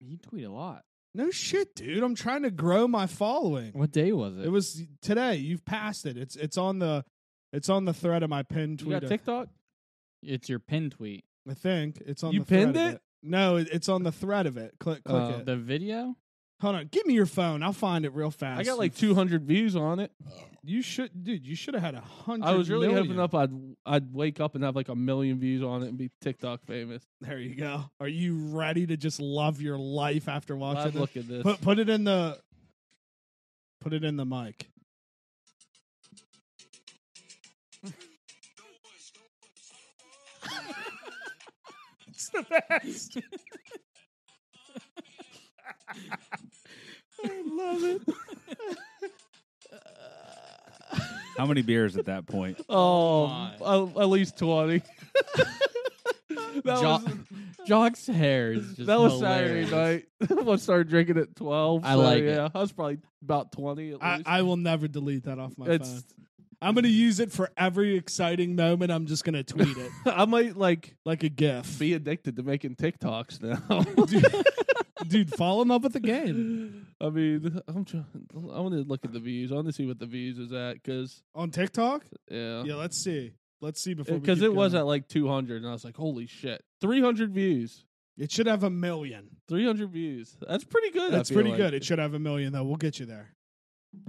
Speaker 3: you tweet a lot.
Speaker 2: No shit, dude. I'm trying to grow my following.
Speaker 3: What day was it?
Speaker 2: It was today. You've passed it. It's it's on the it's on the thread of my pinned
Speaker 1: You
Speaker 2: tweet.
Speaker 1: got TikTok?
Speaker 3: It's your pin tweet.
Speaker 2: I think it's on
Speaker 1: You
Speaker 2: the thread
Speaker 1: pinned
Speaker 2: of
Speaker 1: it?
Speaker 2: No, it- it's on the thread of it. Click click
Speaker 1: Oh.
Speaker 2: it.
Speaker 3: Uh, The video.
Speaker 2: Hold on, give me your phone. I'll find it real fast.
Speaker 1: I got like 200 views on it.
Speaker 2: You should, dude. You should have had a hundred.
Speaker 1: I was really
Speaker 2: million.
Speaker 1: hoping up I'd I'd wake up and have like a million views on it and be TikTok famous.
Speaker 2: There you go. Are you ready to just love your life after
Speaker 1: Glad
Speaker 2: watching? it?
Speaker 1: look at this.
Speaker 2: Put put it in the. Put it in the mic. it's the best. I love it.
Speaker 4: How many beers at that point?
Speaker 1: oh,
Speaker 3: my.
Speaker 1: a- at least 20. that
Speaker 3: Jo-
Speaker 1: was
Speaker 3: Jock's hair is just
Speaker 1: that was
Speaker 3: hilarious.
Speaker 1: Saturday night. I started drinking at 12.
Speaker 3: I
Speaker 1: so,
Speaker 3: like it.
Speaker 1: yeah, I was probably about 20 at
Speaker 2: I,
Speaker 1: least.
Speaker 2: I will never delete that off my phone.
Speaker 1: it's
Speaker 2: I'm gonna use it for every exciting moment. I'm just gonna tweet it
Speaker 1: I might like
Speaker 2: like a gif.
Speaker 1: be addicted to making TikToks now.
Speaker 2: Dude, follow him up with a game
Speaker 1: I mean, I'm trying. I want to look at the views. I want to see what the views is at because
Speaker 2: on TikTok.
Speaker 1: yeah,
Speaker 2: Yeah, let's see. Let's see before
Speaker 1: because
Speaker 2: because
Speaker 1: Uh-huh. it was at like 200, and I was like, holy shit, 300 views,
Speaker 2: It should have a million.
Speaker 1: 300 views. That's pretty good. I
Speaker 2: That's
Speaker 1: feel
Speaker 2: pretty
Speaker 1: like.
Speaker 2: good. It should have a million though. We'll get you there.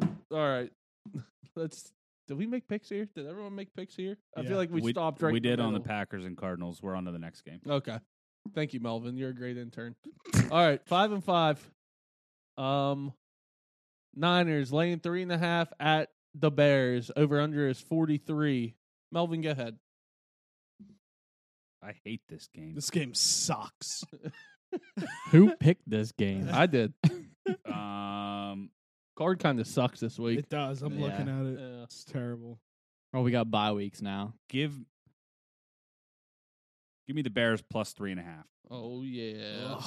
Speaker 1: All right, let's. Did we make picks here? Did everyone make picks here? I
Speaker 2: Yeah.
Speaker 1: feel like we, stopped. Right
Speaker 4: We
Speaker 1: in the
Speaker 4: did on the
Speaker 1: middle.
Speaker 4: Packers and Cardinals. We're on to the next game.
Speaker 1: Okay, thank you, Melvin. You're a great intern. All right, five and five. Um, Niners laying three and a half at the Bears. Over under is 43. Melvin, go ahead.
Speaker 4: I hate this game.
Speaker 2: This game sucks.
Speaker 3: Who picked this game?
Speaker 1: I did.
Speaker 4: Um,
Speaker 1: Card kind of sucks this week.
Speaker 2: It does. I'm
Speaker 3: Yeah.
Speaker 2: looking at it.
Speaker 1: Yeah.
Speaker 2: It's terrible.
Speaker 3: Oh, we got bye weeks now.
Speaker 4: Give give me the Bears plus three and a half.
Speaker 1: Oh yeah.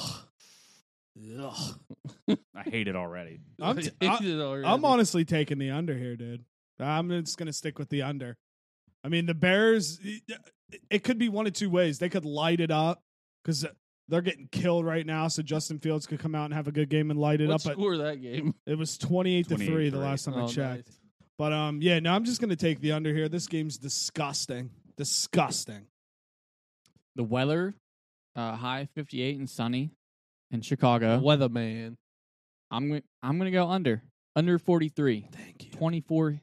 Speaker 4: I hate it already.
Speaker 2: I'm t- I- I'm honestly taking the under here, dude. I'm just gonna stick with the under. I mean, the Bears. It could be one of two ways. They could light it up because they're getting killed right now. So Justin Fields could come out and have a good game and light it
Speaker 1: What
Speaker 2: up. But
Speaker 1: score that game?
Speaker 2: it was 28 to three the
Speaker 4: 28-3.
Speaker 2: last time I
Speaker 1: Oh,
Speaker 2: checked.
Speaker 1: nice.
Speaker 2: But um, yeah, no, I'm just gonna take the under here. This game's disgusting. Disgusting.
Speaker 3: The weather, uh, high 58 and sunny in Chicago.
Speaker 1: Weatherman.
Speaker 3: I'm going to I'm going to go under. Under 43.
Speaker 2: Thank you.
Speaker 3: 24-13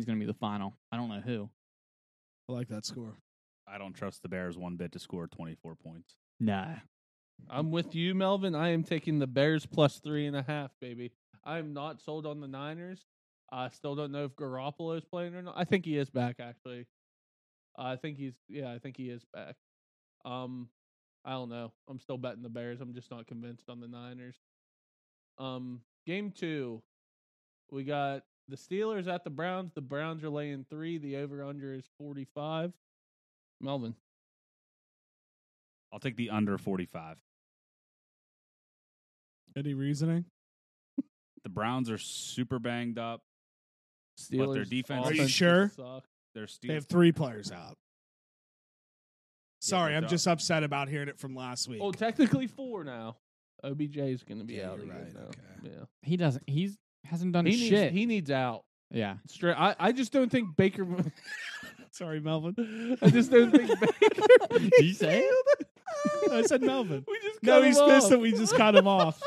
Speaker 3: is going to be the final. I don't know who.
Speaker 2: I like that score.
Speaker 4: I don't trust the Bears one bit to score 24 points.
Speaker 3: Nah.
Speaker 1: I'm with you, Melvin. I am taking the Bears plus three and a half, baby. I am not sold on the Niners. I still don't know if Garoppolo is playing or not. I think he is back, actually. I think he's yeah, I think he is back. Um, I don't know. I'm still betting the Bears. I'm just not convinced on the Niners. Um, game two, we got the Steelers at the Browns. The Browns are laying three. The over under is 45. Melvin,
Speaker 4: I'll take the under 45.
Speaker 2: Any reasoning?
Speaker 4: The Browns are super banged up.
Speaker 1: Steelers.
Speaker 4: defense-
Speaker 2: Are you
Speaker 1: offense
Speaker 2: sure?
Speaker 1: suck.
Speaker 4: They're Steve.
Speaker 2: They have three players out. Sorry,
Speaker 4: no
Speaker 2: I'm
Speaker 4: doubt.
Speaker 2: just upset about hearing it from last week.
Speaker 1: Oh, technically four now. OBJ is going to be
Speaker 2: Yeah,
Speaker 1: out.
Speaker 2: you're
Speaker 1: again
Speaker 2: right,
Speaker 1: now.
Speaker 2: okay.
Speaker 1: Yeah,
Speaker 3: He doesn't he's hasn't done
Speaker 1: he
Speaker 3: shit.
Speaker 1: needs he needs out.
Speaker 3: yeah.
Speaker 1: Straight. I, I just don't think Baker.
Speaker 2: Sorry, Melvin.
Speaker 1: I just don't think Baker.
Speaker 3: Did you say
Speaker 2: I said Melvin.
Speaker 1: We just
Speaker 2: No,
Speaker 1: cut
Speaker 2: he's
Speaker 1: him
Speaker 2: pissed
Speaker 1: off.
Speaker 2: that we just cut him off.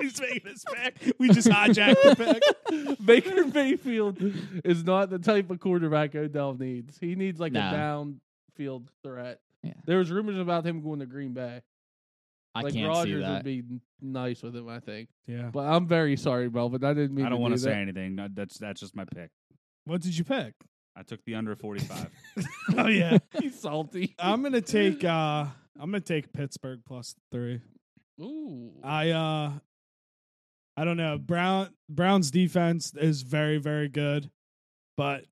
Speaker 2: he's making us back. We just hijacked the pick.
Speaker 1: Baker Mayfield is not the type of quarterback Odell needs. He needs like
Speaker 3: No.
Speaker 1: a downfield threat.
Speaker 3: Yeah.
Speaker 1: There was rumors about him going to Green Bay.
Speaker 3: I
Speaker 1: like
Speaker 3: can't
Speaker 1: Rogers
Speaker 3: see that.
Speaker 1: would be n- nice with him, I think.
Speaker 2: Yeah.
Speaker 1: But I'm very sorry, Melvin. I didn't mean.
Speaker 4: I don't
Speaker 1: want to do
Speaker 4: say
Speaker 1: that.
Speaker 4: anything. No, That's that's just my pick.
Speaker 2: What did you pick?
Speaker 4: I took the under 45.
Speaker 2: Oh yeah.
Speaker 1: He's salty.
Speaker 2: I'm gonna take. uh I'm gonna take Pittsburgh plus three.
Speaker 1: Ooh.
Speaker 2: I uh I don't know. Brown Brown's defense is very very good, but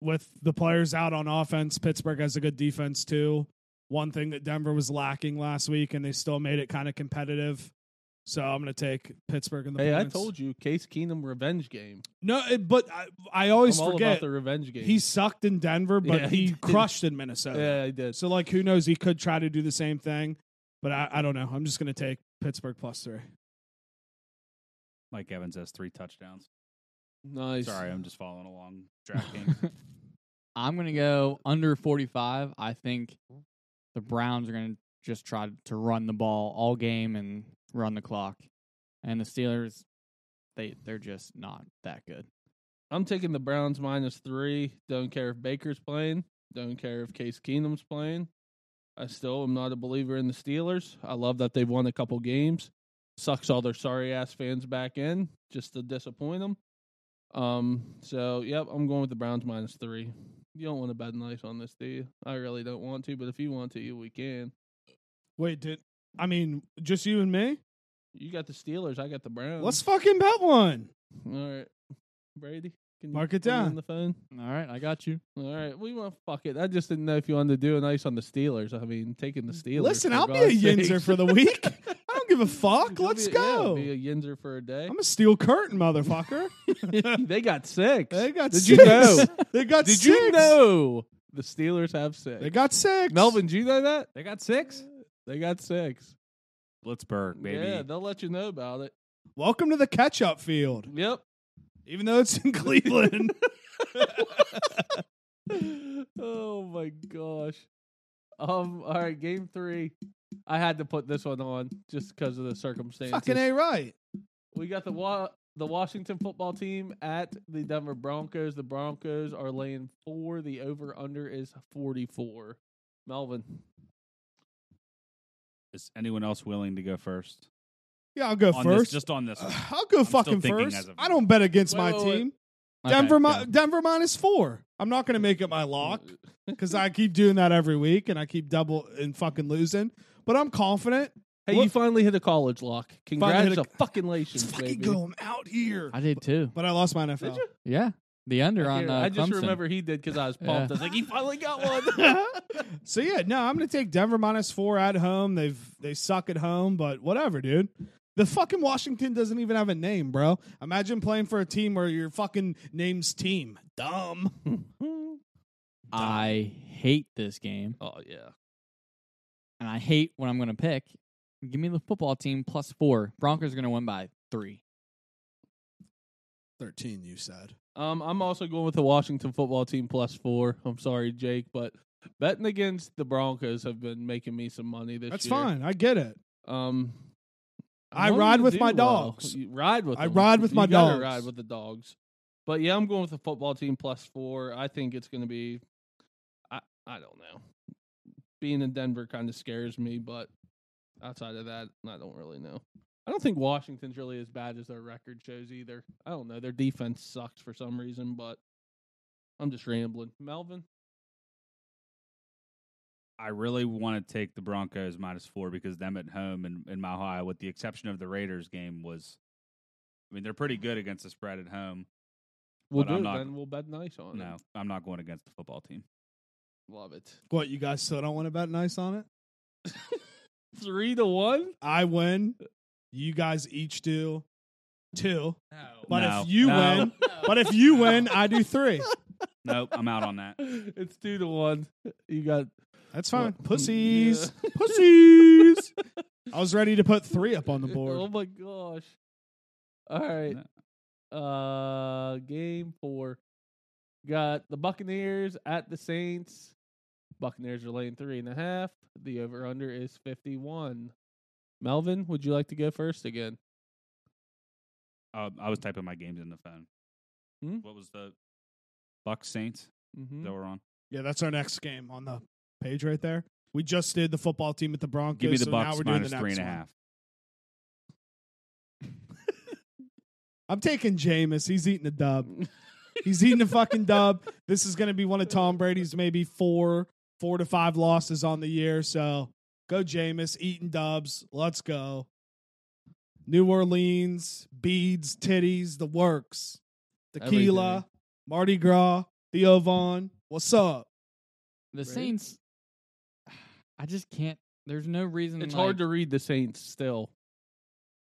Speaker 2: with the players out on offense, Pittsburgh has a good defense too. One thing that Denver was lacking last week and they still made it kind of competitive. So I'm going to take Pittsburgh in the
Speaker 1: Hey, I
Speaker 2: points.
Speaker 1: told you, Case Keenum revenge game.
Speaker 2: No, it, but I, I always
Speaker 1: I'm all about
Speaker 2: forget
Speaker 1: the revenge game.
Speaker 2: he sucked in Denver, but
Speaker 1: Yeah, he
Speaker 2: he,
Speaker 1: did.
Speaker 2: crushed in Minnesota.
Speaker 1: yeah, he did.
Speaker 2: So like who knows, he could try to do the same thing, but I, I don't know. I'm just going to take Pittsburgh plus 3.
Speaker 4: Mike Evans has three touchdowns.
Speaker 1: Nice.
Speaker 4: Sorry, I'm just following along. DraftKings.
Speaker 3: I'm going to go under 45. I think the Browns are going to just try to run the ball all game and run the clock. And the Steelers, they they're just not that good.
Speaker 1: I'm taking the Browns minus three. Don't care if Baker's playing. Don't care if Case Keenum's playing. I still am not a believer in the Steelers. I love that they've won a couple games. Sucks all their sorry ass fans back in just to disappoint them. Um. So yep, I'm going with the Browns minus three. You don't want to bet nice on this, do you? I really don't want to, but if you want to, we can.
Speaker 2: Wait, did I mean just you and me?
Speaker 1: You got the Steelers. I got the Browns.
Speaker 2: Let's fucking bet one.
Speaker 1: All right, Brady. Can
Speaker 2: Mark it
Speaker 1: put me on
Speaker 2: down.
Speaker 1: the phone.
Speaker 3: All right, I got you.
Speaker 1: All right, we want fuck it. I just didn't know if you wanted to do an ice on the Steelers. I mean, taking the Steelers.
Speaker 2: Listen,
Speaker 1: for
Speaker 2: I'll be a
Speaker 1: God's
Speaker 2: yinzer
Speaker 1: sakes.
Speaker 2: for the week. I don't give a fuck.
Speaker 1: You'll
Speaker 2: Let's
Speaker 1: be- yeah,
Speaker 2: go.
Speaker 1: be a yinzer for a day.
Speaker 2: I'm a steel curtain, motherfucker.
Speaker 1: they got six.
Speaker 2: They got
Speaker 1: Did
Speaker 2: six.
Speaker 1: you know?
Speaker 2: They got
Speaker 1: Did
Speaker 2: six.
Speaker 1: you know the Steelers have six?
Speaker 2: They got six.
Speaker 1: Melvin. Do you know that
Speaker 4: they got six.
Speaker 1: they got six?
Speaker 4: Blitzberg, baby.
Speaker 1: Yeah, they'll let you know about it.
Speaker 2: Welcome to the catch up field.
Speaker 1: Yep.
Speaker 2: Even though it's in Cleveland.
Speaker 1: oh my gosh. Um. All right, game three. I had to put this one on just because of the circumstances.
Speaker 2: fucking A right.
Speaker 1: We got the wa- the Washington football team at the Denver Broncos. The Broncos are laying four. The over under is forty four. Melvin,
Speaker 4: Is anyone else willing to go first?
Speaker 2: Yeah, I'll go
Speaker 4: on
Speaker 2: first.
Speaker 4: This, just on this. one.
Speaker 2: Uh, I'll go
Speaker 4: still
Speaker 2: fucking
Speaker 4: thinking
Speaker 2: first.
Speaker 4: as of
Speaker 2: I
Speaker 4: now.
Speaker 2: don't bet against
Speaker 1: Wait,
Speaker 2: my
Speaker 1: wait, wait.
Speaker 2: team.
Speaker 3: Okay,
Speaker 2: Denver, mi-
Speaker 3: go.
Speaker 2: Denver minus four. I'm not going to make it
Speaker 1: Mm,
Speaker 2: my lock
Speaker 1: uh,
Speaker 2: because I keep doing that every week and I keep double and fucking losing. But I'm confident.
Speaker 1: Hey, you
Speaker 2: What-
Speaker 1: finally hit a college lock.
Speaker 2: hit a-
Speaker 1: Congratulations,
Speaker 2: Let's
Speaker 1: fucking
Speaker 2: fucking go. I'm out here.
Speaker 3: I did too.
Speaker 2: But I lost my NFL.
Speaker 1: Did you?
Speaker 3: Yeah. The under
Speaker 1: I
Speaker 3: on
Speaker 1: hear-
Speaker 3: uh,
Speaker 1: I just
Speaker 3: Clemson.
Speaker 1: remember he did because I was pumped.
Speaker 3: Yeah.
Speaker 1: I was like, he finally got one.
Speaker 2: So yeah, no, I'm gonna take Denver minus four at home. They've they suck at home, but whatever, dude. The fucking Washington doesn't even have a name, bro. Imagine playing for a team where your fucking name's team. Dumb.
Speaker 3: I hate this game,
Speaker 1: oh yeah.
Speaker 3: and I hate what I'm going to pick. Give me the football team plus four. Broncos are going to win by three.
Speaker 2: Thirteen, you said.
Speaker 1: Um, I'm also going with the Washington football team plus four. I'm sorry, Jake, but betting against the Broncos have been making me some money this
Speaker 2: That's
Speaker 1: year.
Speaker 2: fine. I get it.
Speaker 1: Um,
Speaker 2: I
Speaker 1: want
Speaker 2: ride
Speaker 1: them to
Speaker 2: with
Speaker 1: do
Speaker 2: my
Speaker 1: well.
Speaker 2: dogs.
Speaker 1: You ride with.
Speaker 2: I
Speaker 1: them.
Speaker 2: ride with
Speaker 1: You
Speaker 2: my
Speaker 1: gotta
Speaker 2: dogs.
Speaker 1: Ride with the dogs. But yeah, I'm going with the football team plus four. I think it's going to be. I I don't know. Being in Denver kind of scares me, but outside of that, I don't really know. I don't think Washington's really as bad as their record shows either. I don't know. Their defense sucks for some reason, but I'm just rambling. Melvin,
Speaker 4: I really want to take the Broncos minus four because them at home in, in Mile High, with the exception of the Raiders game, was. I mean, they're pretty good against the spread at home.
Speaker 1: we'll
Speaker 4: But I'm
Speaker 1: do it
Speaker 4: not-
Speaker 1: then. We'll bet nice on
Speaker 4: No,
Speaker 1: it.
Speaker 4: I'm not going against the football team.
Speaker 1: Love it.
Speaker 2: What you guys still don't want to bet nice on it?
Speaker 1: Three to one.
Speaker 2: I win. You guys each do two.
Speaker 3: No.
Speaker 2: But
Speaker 4: No.
Speaker 2: if you
Speaker 4: No.
Speaker 2: win, but if you win, I do three.
Speaker 4: Nope, I'm out on that.
Speaker 1: It's two to one. You got
Speaker 2: That's fine.
Speaker 1: Well,
Speaker 2: Pussies.
Speaker 1: yeah.
Speaker 2: Pussies. I was ready to put three up on the
Speaker 1: Oh
Speaker 2: board.
Speaker 1: my gosh. All right. Uh game 4. Got the Buccaneers at the Saints. Buccaneers are laying three and a half. The over under is fifty one. Melvin, would you like to go first again?
Speaker 4: Uh, I was typing my games in the phone.
Speaker 1: Hmm?
Speaker 4: What was the Bucks Saints
Speaker 2: Hmm?
Speaker 1: Mm-hmm.
Speaker 4: that were on?
Speaker 2: Yeah, that's our next game on the page right there. We just did the football team at the Broncos.
Speaker 4: Give me the
Speaker 2: so now
Speaker 4: Bucks
Speaker 2: we're doing
Speaker 4: minus
Speaker 2: the
Speaker 4: three
Speaker 2: next
Speaker 4: and a
Speaker 2: one.
Speaker 4: half.
Speaker 2: I'm taking Jameis. He's eating a dub. He's eating a fucking dub. This is going to be one of Tom Brady's maybe four, four to five losses on the year. So go Jameis, eating dubs. Let's go. New Orleans, beads, titties, the works, tequila,
Speaker 1: Everything.
Speaker 2: Mardi Gras, Theo Vaughn. What's up?
Speaker 3: The Saints. I just can't. There's no reason.
Speaker 1: It's
Speaker 3: Mm, like,
Speaker 1: hard to read the Saints still.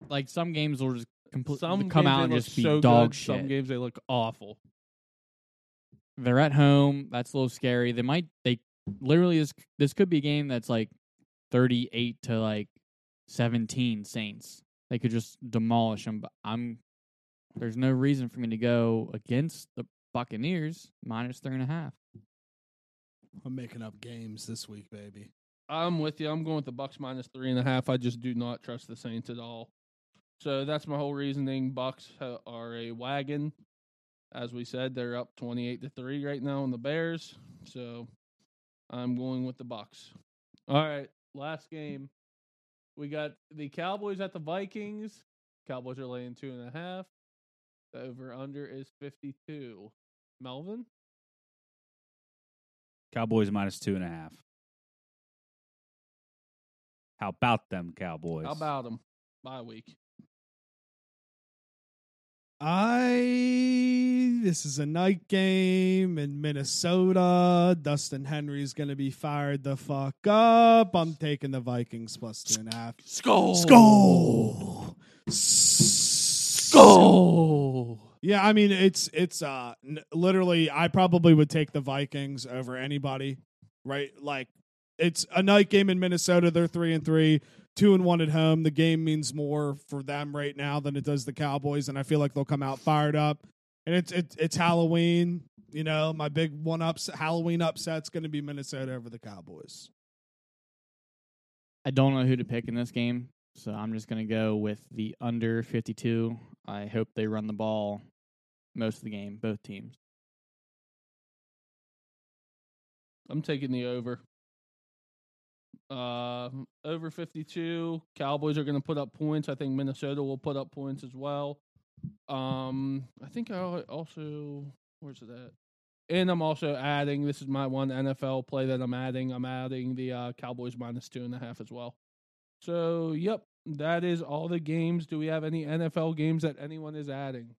Speaker 3: like some games will just completely
Speaker 1: Some
Speaker 3: come
Speaker 1: games
Speaker 3: out
Speaker 1: they
Speaker 3: and
Speaker 1: look
Speaker 3: just be
Speaker 1: so
Speaker 3: dog
Speaker 1: good,
Speaker 3: shit.
Speaker 1: Some games they look awful.
Speaker 3: They're at home. That's a little scary. They might. They literally this. This could be a game that's like thirty-eight to like seventeen Saints. They could just demolish them. But I'm. There's no reason for me to go against the Buccaneers minus three and a half.
Speaker 2: I'm making up games this week, baby.
Speaker 1: I'm with you. I'm going with the Bucks minus three and a half. I just do not trust the Saints at all. So that's my whole reasoning. Bucks ha- are a wagon, as we said. They're up twenty-eight to three right now on the Bears. So I'm going with the Bucks. All right, last game. We got the Cowboys at the Vikings. Cowboys are laying two and a half. The over/under is fifty-two. Melvin,
Speaker 4: Cowboys minus two and a half. How about them Cowboys?
Speaker 1: how about them? Bye week.
Speaker 2: I this is a night game in Minnesota. Dustin Henry's gonna be fired the fuck up. I'm taking the Vikings plus two and a half.
Speaker 1: Skull.
Speaker 2: Skull. Skull.
Speaker 1: Skull.
Speaker 2: Yeah, I mean it's it's uh n- literally I probably would take the Vikings over anybody, right? Like it's a night game in Minnesota. They're three and three, two and one at home. The game means more for them right now than it does the Cowboys, and I feel like they'll come out fired up. And it's it's it's Halloween, you know. My big one ups Halloween upset's going to be Minnesota over the Cowboys.
Speaker 3: I don't know who to pick in this game, so I'm just going to go with the under 52. I hope they run the ball most of the game, both teams.
Speaker 1: I'm taking the over. Uh, over 52. Cowboys are going to put up points. I think Minnesota will put up points as well. Um, I think I al- also where's it at? And I'm also adding. This is my one NFL play that I'm adding. I'm adding the uh, Cowboys minus two and a half as well. So, yep, that is all the games. Do we have any NFL games that anyone is adding?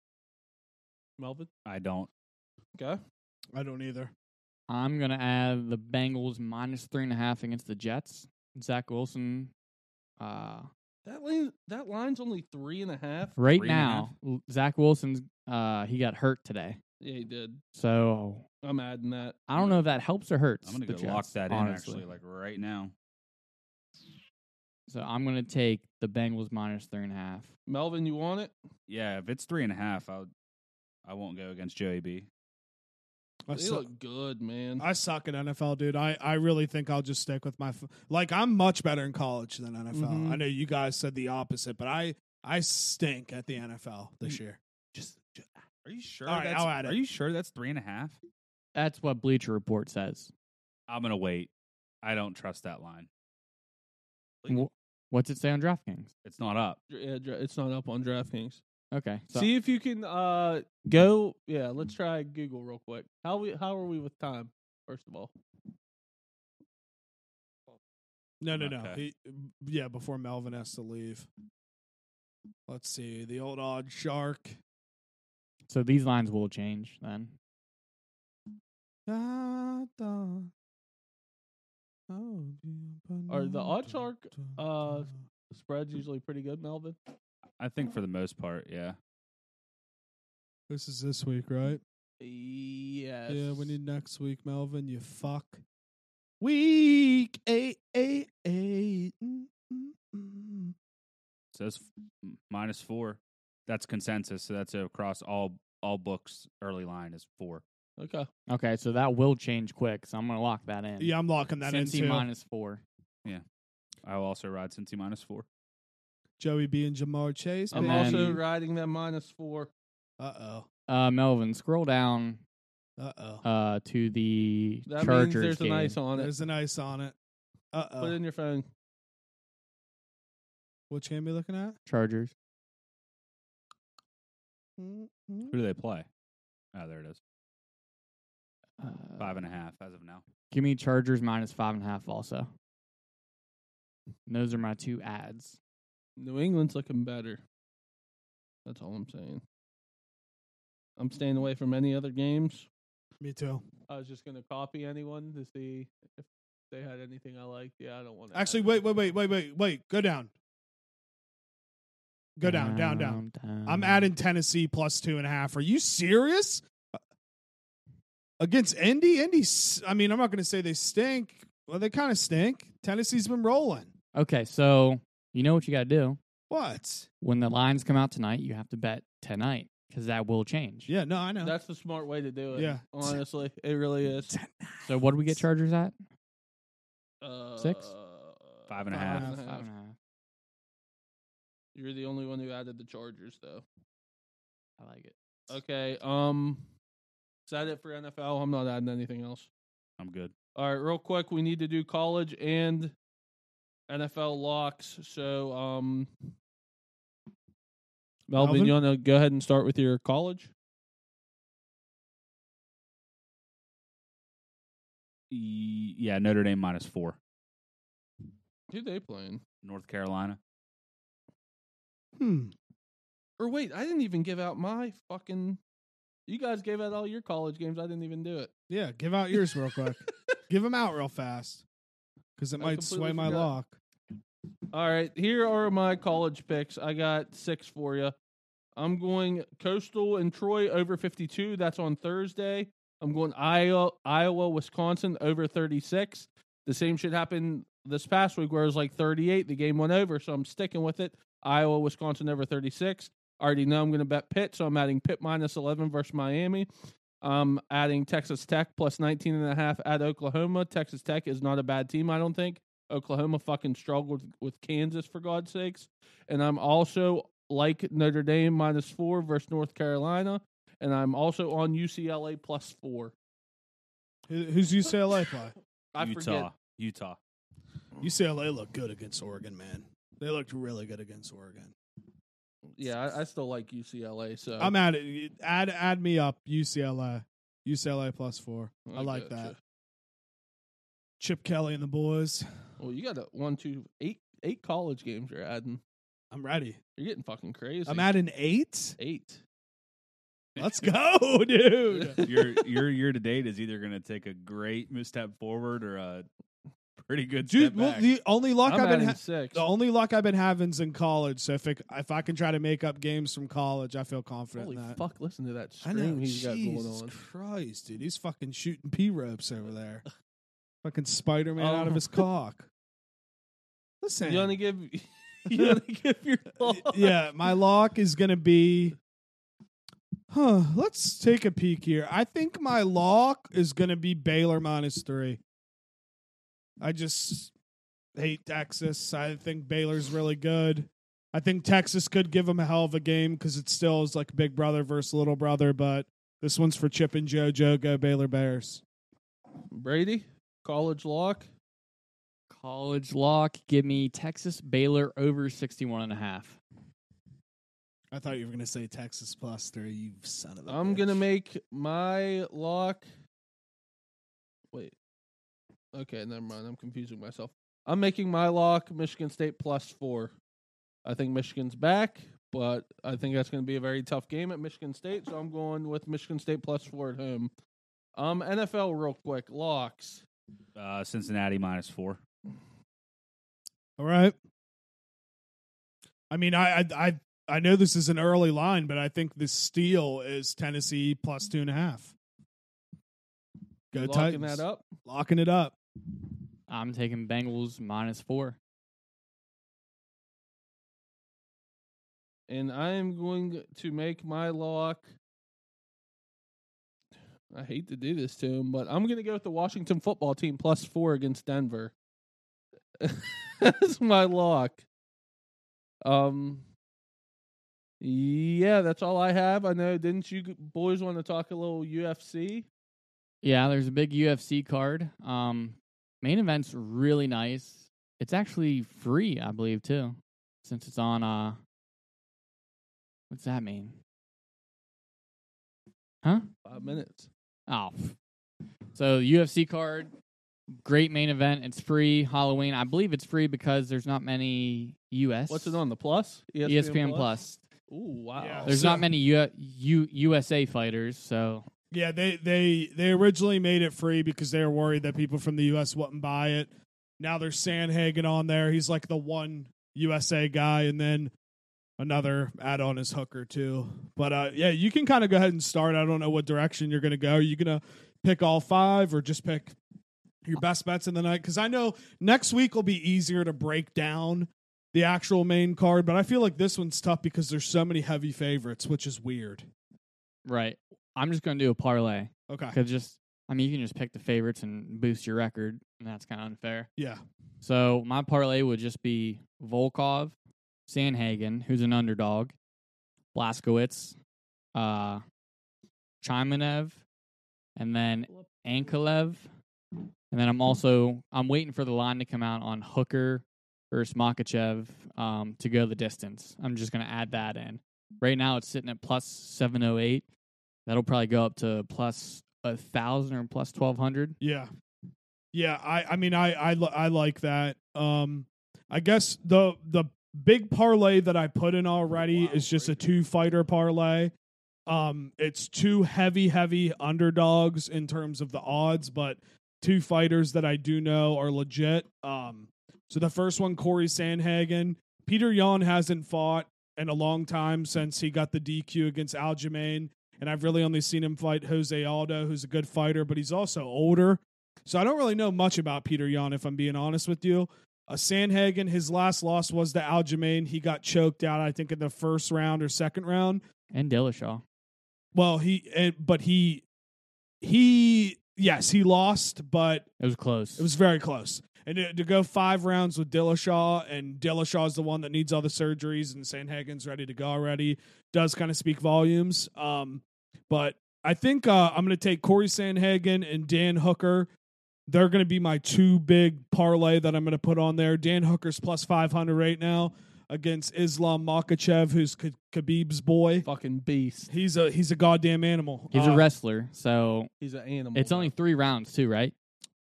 Speaker 1: Melvin,
Speaker 4: I don't.
Speaker 1: Okay.
Speaker 2: I don't either.
Speaker 3: I'm gonna add the Bengals minus three and a half against the Jets. Zach Wilson, uh,
Speaker 1: That line, that line's only three and a half.
Speaker 3: right
Speaker 4: Three and a
Speaker 3: now, l- Zach Wilson's uh, he got hurt today,
Speaker 1: Yeah, he did.
Speaker 3: so
Speaker 1: I'm adding that.
Speaker 3: I don't know if that helps or hurts.
Speaker 4: I'm gonna
Speaker 3: the
Speaker 4: go lock
Speaker 3: Jets,
Speaker 4: that
Speaker 3: honestly.
Speaker 4: in actually, like right now.
Speaker 3: so I'm gonna take the Bengals minus three and a half.
Speaker 1: Melvin, you want it?
Speaker 4: Yeah, if it's three and a half, I'll I won't go against Joey B.
Speaker 2: I,
Speaker 1: they
Speaker 2: su-
Speaker 1: look good, man.
Speaker 2: I suck at NFL, dude. I, I really think I'll just stick with my f- like. I'm much better in college than NFL.
Speaker 1: Mhm.
Speaker 2: I know you guys said the opposite, but I I stink at the NFL this year.
Speaker 4: Just, are you sure?
Speaker 2: All right,
Speaker 4: that's-
Speaker 2: I'll add it.
Speaker 4: Are you sure that's three and a half?
Speaker 3: That's what Bleacher Report says.
Speaker 4: I'm gonna wait. I don't trust that line.
Speaker 3: Wh- What's it say on DraftKings?
Speaker 4: It's not up.
Speaker 1: Yeah, dra- it's not up on DraftKings.
Speaker 3: Okay, so
Speaker 1: See if you can uh go. Yeah, let's try Google real quick. How we how are we with time? First of all,
Speaker 2: No, no, no.
Speaker 4: Okay.
Speaker 2: He- yeah, before Melvin has to leave. Let's see the old odd shark.
Speaker 3: so these lines will change then.
Speaker 1: Or
Speaker 4: Oh,
Speaker 2: Or
Speaker 1: the odd shark, uh, the
Speaker 2: Mm.
Speaker 1: spread's usually pretty good. Melvin,
Speaker 4: I think for the most part, yeah.
Speaker 2: This is this week, right?
Speaker 1: yes.
Speaker 2: Yeah, we need next week, Melvin. You fuck. Week eight, eight, eight. Mm, mm, mm.
Speaker 4: It says f- m- minus four. That's consensus. So that's across all all books. Early line is four.
Speaker 1: Okay,
Speaker 3: Okay, so that will change quick. So I'm gonna lock that in.
Speaker 2: Yeah, I'm locking that
Speaker 3: Cincy
Speaker 2: in too.
Speaker 3: minus four.
Speaker 4: I will also ride Cincy minus four.
Speaker 2: Joey B and Jamar Chase.
Speaker 1: I'm
Speaker 3: And
Speaker 2: baby.
Speaker 1: also
Speaker 3: then-
Speaker 1: riding that minus four.
Speaker 2: Uh
Speaker 3: Uh, Melvin, scroll down
Speaker 2: oh. Uh oh.
Speaker 3: uh to the
Speaker 1: That
Speaker 3: Chargers
Speaker 1: means there's
Speaker 3: game.
Speaker 1: an ice on it.
Speaker 2: There's an ice on it. Uh
Speaker 1: Put it
Speaker 2: oh.
Speaker 1: in your phone.
Speaker 2: Which game are we looking at?
Speaker 3: Chargers.
Speaker 2: Mm-mm. Mm-hmm.
Speaker 4: Who do they play? Oh, there it is.
Speaker 3: Uh,
Speaker 4: Five and a half as of now.
Speaker 3: Give me Chargers minus five and a half. Also, And those are my two ads.
Speaker 1: New England's looking better. That's all I'm saying. I'm staying away from any other games.
Speaker 2: Me too.
Speaker 1: I was just gonna copy anyone to see if they had anything I liked. Yeah, I don't want to.
Speaker 2: Actually, wait, wait, wait, wait, wait, wait. Go down. Go down, down, down. I'm adding Tennessee plus two and a half. Are you serious? Uh, Against Indy? Indy, s- I mean, I'm not going to say they stink. Well, they kind of stink. Tennessee's been rolling.
Speaker 3: Okay, so you know what you got to do
Speaker 2: What?
Speaker 3: when the lines come out tonight. You have to bet tonight because that will change.
Speaker 2: Yeah, no, I know.
Speaker 1: That's the smart way to do it.
Speaker 2: Yeah.
Speaker 1: honestly, it really is.
Speaker 3: So what do we get Chargers at?
Speaker 1: Uh,
Speaker 3: Six?
Speaker 4: Five and a
Speaker 1: five
Speaker 4: half.
Speaker 1: and a
Speaker 3: Five
Speaker 1: half.
Speaker 3: and a half.
Speaker 1: You're the only one who added the Chargers, though.
Speaker 3: I like it.
Speaker 1: Okay. Um, is that it for NFL? I'm not adding anything else.
Speaker 4: I'm good.
Speaker 1: All right, real quick, we need to do college and NFL locks. So, um, Melvin,
Speaker 2: Melvin?
Speaker 1: you want to go ahead and start with your college?
Speaker 4: Y- yeah, Notre Dame minus four.
Speaker 1: Who they playing?
Speaker 4: North Carolina.
Speaker 2: Hmm.
Speaker 1: Or wait, I didn't even give out my fucking. You guys gave out all your college games. I didn't even do it.
Speaker 2: Yeah, give out yours real quick. give them out real fast because it
Speaker 1: I
Speaker 2: might
Speaker 1: completely
Speaker 2: sway my
Speaker 1: forgot.
Speaker 2: lock.
Speaker 1: All right, here are my college picks. I got six for you. I'm going Coastal and Troy over 52. That's on Thursday. I'm going Iowa, Iowa, Wisconsin over 36. The same shit happened this past week where it was like 38. The game went over, so I'm sticking with it. Iowa, Wisconsin over 36. I already know I'm going to bet Pitt, so I'm adding Pitt minus 11 versus Miami. I'm adding Texas Tech plus 19 and a half at Oklahoma. Texas Tech is not a bad team, I don't think. Oklahoma fucking struggled with Kansas for God's sakes. And I'm also like Notre Dame minus four versus North Carolina. And I'm also on UCLA plus four.
Speaker 2: Who, who's UCLA play?
Speaker 1: I
Speaker 4: Utah.
Speaker 1: forget.
Speaker 4: Utah.
Speaker 2: UCLA looked good against Oregon, man. They looked really good against Oregon.
Speaker 1: Yeah, I, I still like UCLA. So
Speaker 2: I'm at it. Add add me up. UCLA. UCLA plus four. I, like
Speaker 1: gotcha.
Speaker 2: that. Chip Kelly and the boys.
Speaker 1: Well, you got a one, two, eight, eight college games you're adding.
Speaker 2: I'm ready.
Speaker 1: You're getting fucking crazy.
Speaker 2: I'm at an eight.
Speaker 1: eight.
Speaker 2: Let's go, dude.
Speaker 4: your your year to date is either going to take a great step forward or a pretty good
Speaker 2: Dude,
Speaker 4: step
Speaker 2: well,
Speaker 4: back.
Speaker 2: the only luck
Speaker 1: I'm
Speaker 2: I've been
Speaker 1: adding
Speaker 2: ha-
Speaker 1: six.
Speaker 2: the only luck I've been having's in college. So if it, if I can try to make up games from college, I feel confident
Speaker 1: Holy
Speaker 2: in that.
Speaker 1: fuck! Listen to that
Speaker 2: I
Speaker 1: stream
Speaker 2: know.
Speaker 1: he's got going
Speaker 2: Jesus
Speaker 1: on.
Speaker 2: Christ, dude, he's fucking shooting p ropes over there. fucking Spider Man out of
Speaker 1: Oh.
Speaker 2: his cock. Listen,
Speaker 1: You want to give? You want to give your? thoughts?
Speaker 2: yeah, my lock is gonna be. Huh. Let's take a peek here. I think my lock is gonna be Baylor minus three. I just hate Texas. I think Baylor's really good. I think Texas could give them a hell of a game because it still is like big brother versus little brother. But this one's for Chip and JoJo. Go Baylor Bears.
Speaker 1: Brady, college lock.
Speaker 3: College lock. Give me Texas Baylor over 61 and a half.
Speaker 2: I thought you were gonna say Texas plus three. You son of a.
Speaker 1: I'm gonna make my lock. Wait. Okay, never mind. I'm confusing myself. I'm making my lock Michigan State plus four. I think Michigan's back, but I think that's gonna be a very tough game at Michigan State. So I'm going with Michigan State plus four at home. Um, NFL real quick locks.
Speaker 4: uh, Cincinnati minus four.
Speaker 2: All right. I mean, I, I, I, I know this is an early line, but I think the steal is Tennessee plus two and a half. Go
Speaker 1: locking
Speaker 2: Titans.
Speaker 1: that up.
Speaker 2: Locking it up.
Speaker 3: I'm taking Bengals minus four.
Speaker 1: and I am going to make my lock. I hate to do this to him, but I'm going to go with the Washington football team plus four against Denver. that's my lock. Um, yeah, that's all I have. I know. Didn't you g- boys want to talk a little UFC?
Speaker 3: Yeah, there's a big UFC card. Um, main event's really nice. It's actually free, I believe, too, since it's on. Uh, what's that mean? Huh?
Speaker 1: Five minutes.
Speaker 3: Oh, pff. so UFC card, great main event. It's free Halloween. I believe it's free because there's not many E US.
Speaker 1: What's it on the plus? E
Speaker 3: ESPN, Plus.
Speaker 1: Ooh, wow.
Speaker 2: Yeah.
Speaker 3: There's
Speaker 2: So-
Speaker 3: not many U- U- USA fighters, so
Speaker 2: Yeah, they they they originally made it free because they were worried that people from the U.S. wouldn't buy it. Now there's Sandhagen on there. He's like the one USA guy, and then another add-on is Hooker too. But uh, yeah, you can kind of go ahead and start. I don't know what direction you're going to go. Are you going to pick all five or just pick your best bets in the night? Because I know next week will be easier to break down the actual main card, but I feel like this one's tough because there's so many heavy favorites, which is weird.
Speaker 3: right. I'm just gonna do a parlay.
Speaker 2: Okay.
Speaker 3: Because just, I mean, you can just pick the favorites and boost your record, and that's kind of unfair.
Speaker 2: Yeah.
Speaker 3: So my parlay would just be Volkov, Sanhagen, who's an underdog, Blaskowitz, uh, Chimanev, and then Ankalev. And then I'm also I'm waiting for the line to come out on Hooker versus Makachev um, to go the distance. I'm just gonna add that in. Right now it's sitting at plus seven oh eight. That'll probably go up to plus a thousand or plus twelve hundred.
Speaker 2: Yeah. Yeah, I I mean I I li- I like that. Um I guess the the big parlay that I put in already
Speaker 1: Wow,
Speaker 2: is just a
Speaker 1: great.
Speaker 2: two fighter parlay. Um it's two heavy heavy underdogs in terms of the odds, but two fighters that I do know are legit. Um so the first one Corey Sandhagen, Peter Yan hasn't fought in a long time since he got the DQ against Aljamain. And I've really only seen him fight Jose Aldo, who's a good fighter, but he's also older. So I don't really know much about Peter Yan, if I'm being honest with you. Uh, Sanhagen, his last loss was to Aljamain. He got choked out, I think, in the first round or second round.
Speaker 3: And Dillashaw.
Speaker 2: Well, he, eh, but he, he, yes, he lost, but
Speaker 3: It was close.
Speaker 2: it was very close. And to, to go five rounds with Dillashaw, and Dillashaw's the one that needs all the surgeries, and Sanhagen's ready to go already, does kind of speak volumes. Um, but I think uh, I'm going to take Corey Sanhagen and Dan Hooker. They're going to be my two big parlay that I'm going to put on there. Dan Hooker's plus 500 right now against Islam Makachev, who's K- Khabib's boy.
Speaker 1: Fucking beast.
Speaker 2: He's a he's a goddamn animal.
Speaker 3: He's
Speaker 2: Uh,
Speaker 3: a wrestler, so
Speaker 1: He's an animal.
Speaker 3: it's only three rounds too, right?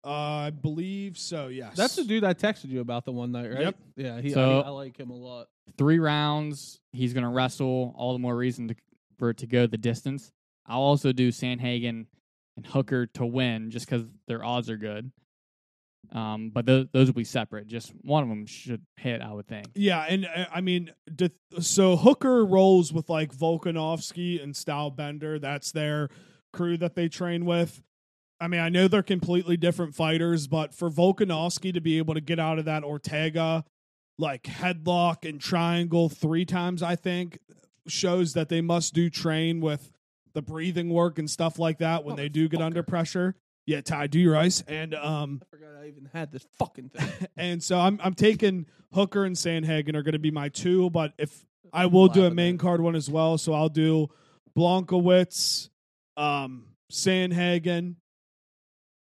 Speaker 2: uh, I believe so. Yes,
Speaker 1: That's the dude I texted you about the one night, right?
Speaker 2: Yep.
Speaker 1: Yeah, he,
Speaker 3: So-
Speaker 1: I, I like him a lot.
Speaker 3: Three rounds. He's gonna wrestle. All the more reason to, for it to go the distance. I'll also do Sanhagen and Hooker to win just because their odds are good. Um, but tho- those will be separate. Just one of them should hit, I would think.
Speaker 2: Yeah, and uh, I mean, d- so Hooker rolls with like Volkanovski and Stylebender. That's their crew that they train with. I mean, I know they're completely different fighters, but for Volkanovski to be able to get out of that Ortega like headlock and triangle three times, I think shows that they must do train with the breathing work and stuff like that when they do get under
Speaker 1: Motherfucker.
Speaker 2: pressure. Yeah, Ty, do your ice and um.
Speaker 1: I forgot I even had this fucking thing.
Speaker 2: And so I'm I'm taking Hooker and Sandhagen are going to be my two, but if I will do a
Speaker 1: Laughing
Speaker 2: main
Speaker 1: at-
Speaker 2: card one as well, so I'll do Blankowitz, um, Sandhagen.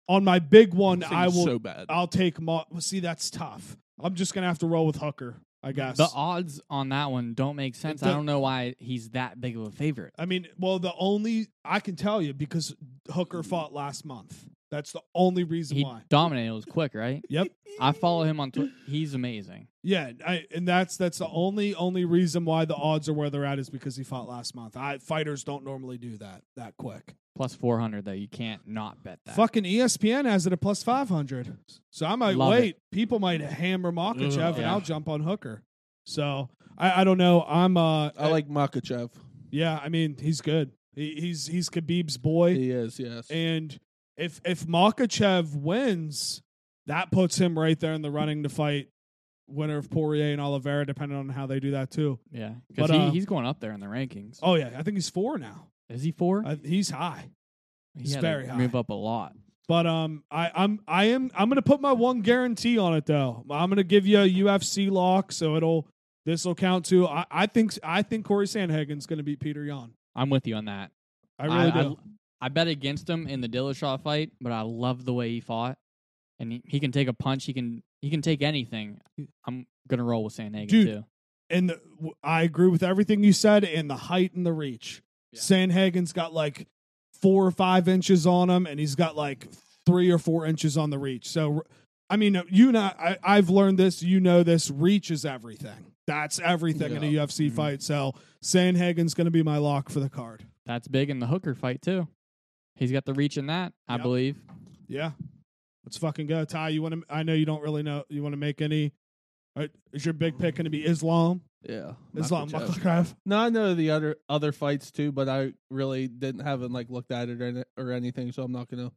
Speaker 2: On my big one,
Speaker 1: This thing
Speaker 2: I
Speaker 1: is
Speaker 2: will
Speaker 1: so bad.
Speaker 2: I'll take Ma- well, see that's tough. I'm just gonna have to roll with Hooker, I guess.
Speaker 3: The odds on that one don't make sense. I
Speaker 2: does-
Speaker 3: don't know why he's that big of a favorite.
Speaker 2: I mean, well, the only I can tell you because Hooker
Speaker 1: Mm.
Speaker 2: fought last month. That's the only reason
Speaker 3: He
Speaker 2: why.
Speaker 3: dominated. It was quick, right?
Speaker 2: Yep.
Speaker 3: I follow him on Twitter. He's amazing.
Speaker 2: Yeah, I, and that's that's the only only reason why the odds are where they're at is because he fought last month. I fighters don't normally do that that quick.
Speaker 3: Plus 400, though. You can't not bet that.
Speaker 2: Fucking E ESPN has it at plus five hundred, so I might
Speaker 3: Love
Speaker 2: wait. People might hammer Makachev,
Speaker 1: Ugh.
Speaker 2: and
Speaker 3: Yeah.
Speaker 2: I'll jump on Hooker. So I, I don't know. I'm uh,
Speaker 1: I like Makachev.
Speaker 2: yeah. I mean, he's good. He, he's he's Khabib's boy,
Speaker 1: He is, yes.
Speaker 2: and if if Makachev wins, that puts him right there in the running to fight winner of Poirier and Oliveira, depending on how they do that too.
Speaker 3: Yeah. Because
Speaker 2: But,
Speaker 3: he,
Speaker 2: uh,
Speaker 3: he's going up there in the rankings.
Speaker 2: Oh yeah, I think he's four now.
Speaker 3: Is he four?
Speaker 2: I, he's high,
Speaker 3: He's
Speaker 2: he's very high.
Speaker 3: Move up a lot.
Speaker 2: but um, I, I'm I am I'm gonna put my one guarantee on it though. I'm gonna give you a UFC lock, so it'll this will count too. I, I think I think Corey Sandhagen's gonna beat Peter Yan.
Speaker 3: I'm with you on that.
Speaker 2: I really
Speaker 3: I,
Speaker 2: do.
Speaker 3: I bet against him in the Dillashaw fight, but I love the way he fought, and he, he can take a punch. He can he can take anything. I'm gonna roll with Sanhagen
Speaker 2: Dude,
Speaker 3: too.
Speaker 2: and the, w- I agree with everything you said, and the height and the reach.
Speaker 3: Yeah.
Speaker 2: Sandhagen's got like four or five inches on him, and he's got like three or four inches on the reach. So, I mean, you and I, I I've learned this. You know this. Reach is everything. That's everything in a
Speaker 1: Yeah.
Speaker 2: UFC
Speaker 3: Mhm.
Speaker 2: fight. So, Sandhagen's going to be my lock for the card.
Speaker 3: That's big in the Hooker fight too. He's got the reach in that, I
Speaker 2: Yep.
Speaker 3: believe.
Speaker 2: Yeah, let's fucking go, Ty. You want to? I know you don't really know. You want to make any? uh, Is your big pick going to be Islam?
Speaker 1: yeah.
Speaker 2: Islam
Speaker 1: Makhachev.
Speaker 2: Makhachev.
Speaker 1: No, I know the other other fights too, but I really didn't haven't like looked at it or, any- or anything, so I'm not gonna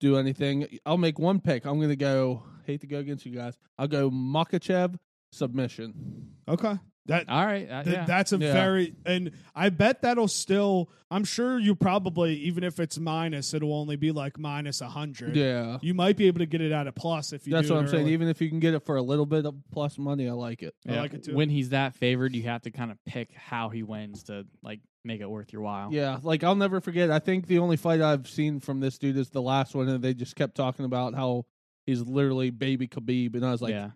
Speaker 1: do anything. I'll make one pick. I'm gonna go. Hate to go against you guys. I'll go Makachev submission.
Speaker 2: Okay, that
Speaker 3: All right, uh,
Speaker 2: Th-
Speaker 3: yeah.
Speaker 2: That's a
Speaker 1: Yeah.
Speaker 2: very, and I bet that'll still. I'm sure you probably, even if it's minus, it'll only be like minus a hundred.
Speaker 1: Yeah,
Speaker 2: You might be able to get it at a plus if you.
Speaker 1: that's
Speaker 2: do
Speaker 1: what
Speaker 2: it
Speaker 1: I'm saying.
Speaker 2: early.
Speaker 1: Even if you can get it for a little bit of plus money, I like it.
Speaker 2: I like it too.
Speaker 3: When he's that favored, you have to kind of pick how he wins to like make it worth your while.
Speaker 1: Yeah, like I'll never forget. I think the only fight I've seen from this dude is the last one, and they just kept talking about how he's literally baby Khabib, and I was like
Speaker 3: yeah.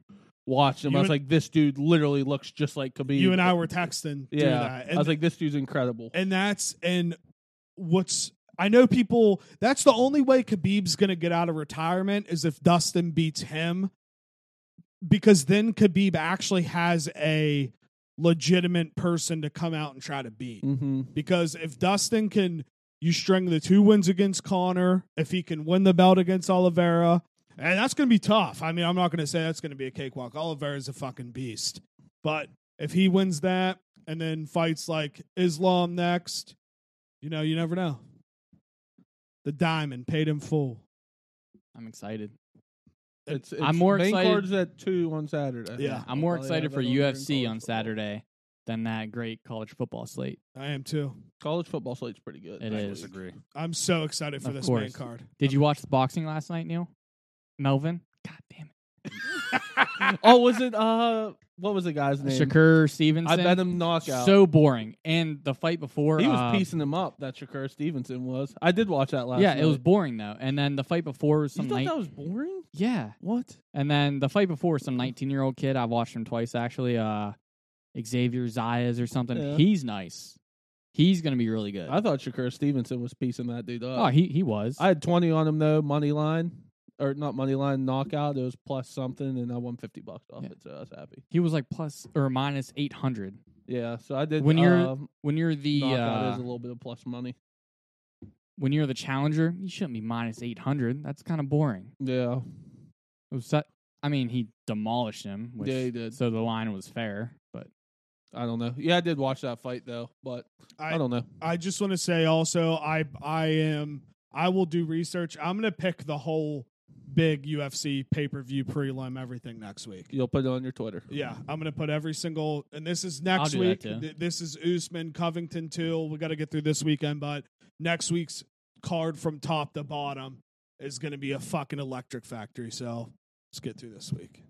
Speaker 1: watching him.
Speaker 2: You
Speaker 1: I was
Speaker 2: and-
Speaker 1: like, this dude literally looks just like Khabib.
Speaker 2: you and I were texting. through
Speaker 1: Yeah,
Speaker 2: that. And,
Speaker 1: I was like, this dude's incredible.
Speaker 2: and that's and what's. I know people. That's the only way Khabib's going to get out of retirement is if Dustin beats him, because then Khabib actually has a legitimate person to come out and try to beat.
Speaker 1: Mm-hmm.
Speaker 2: because if Dustin can you string the two wins against Connor, if he can win the belt against Oliveira, and that's going to be tough. I mean, I'm not going to say that's going to be a cakewalk. Oliveira's a fucking beast. But if he wins that and then fights like Islam next, you know, you never know. The diamond paid him full.
Speaker 3: I'm excited.
Speaker 1: It's, it's
Speaker 3: I'm more
Speaker 1: main
Speaker 3: excited-
Speaker 1: cards at two on Saturday.
Speaker 2: Yeah.
Speaker 3: I'm more
Speaker 1: I'll probably
Speaker 3: excited
Speaker 1: have
Speaker 3: for
Speaker 1: that on there in
Speaker 3: UFC
Speaker 1: college
Speaker 3: on
Speaker 1: football.
Speaker 3: Saturday than that great college football slate.
Speaker 2: I am too.
Speaker 1: College football slate's pretty good.
Speaker 3: It
Speaker 4: I
Speaker 1: actually.
Speaker 3: is.
Speaker 4: disagree.
Speaker 2: I'm so excited for
Speaker 3: Of
Speaker 2: this main
Speaker 3: course.
Speaker 2: card.
Speaker 3: Did you watch the boxing last night, Neil? Melvin? God damn it. oh,
Speaker 1: Oh, was it? Uh, what was the guy's name?
Speaker 3: Shakur Stevenson.
Speaker 1: I bet him knockout.
Speaker 3: So boring. And the fight before.
Speaker 1: he was
Speaker 3: uh,
Speaker 1: piecing him up. That Shakur Stevenson was. I did watch that last.
Speaker 3: Yeah, it was
Speaker 1: night.
Speaker 3: boring, though. And then the fight before was
Speaker 1: You
Speaker 3: some
Speaker 1: thought
Speaker 3: night.
Speaker 1: that was boring?
Speaker 3: yeah.
Speaker 1: What?
Speaker 3: And then the fight before was some 19 year old kid. I watched him twice, actually. Uh, Xavier Zayas or something.
Speaker 1: Yeah.
Speaker 3: He's nice. He's going to be really good.
Speaker 1: I thought Shakur Stevenson was piecing that dude up.
Speaker 3: oh, he, he was.
Speaker 1: I had twenty on him though, money line or not money line knockout. It was plus something, and I won fifty bucks off
Speaker 3: Yeah.
Speaker 1: it, so I was happy.
Speaker 3: he was like plus or minus 800.
Speaker 1: Yeah, so I did.
Speaker 3: When you're
Speaker 1: um,
Speaker 3: When you're the.
Speaker 1: knockout, it
Speaker 3: Uh,
Speaker 1: was a little bit of plus money.
Speaker 3: when you're the challenger, you shouldn't be minus 800. That's kind of boring.
Speaker 1: Yeah.
Speaker 3: It was su- I mean, he demolished him. Which,
Speaker 1: Yeah, he did.
Speaker 3: So the line was fair, but
Speaker 1: I don't know. Yeah, I did watch that fight though, but I,
Speaker 2: I-
Speaker 1: don't know.
Speaker 2: I just want to say also, I I am I will do research. I'm gonna pick the whole big UFC pay per view prelim everything next week.
Speaker 1: You'll put it on your Twitter.
Speaker 2: Yeah, I'm gonna put every single, and this is next
Speaker 3: do that
Speaker 2: week.
Speaker 3: too.
Speaker 2: Th- This is Usman Covington too. We got to get through this weekend, but next week's card from top to bottom is gonna be a fucking electric factory. So let's get through this week.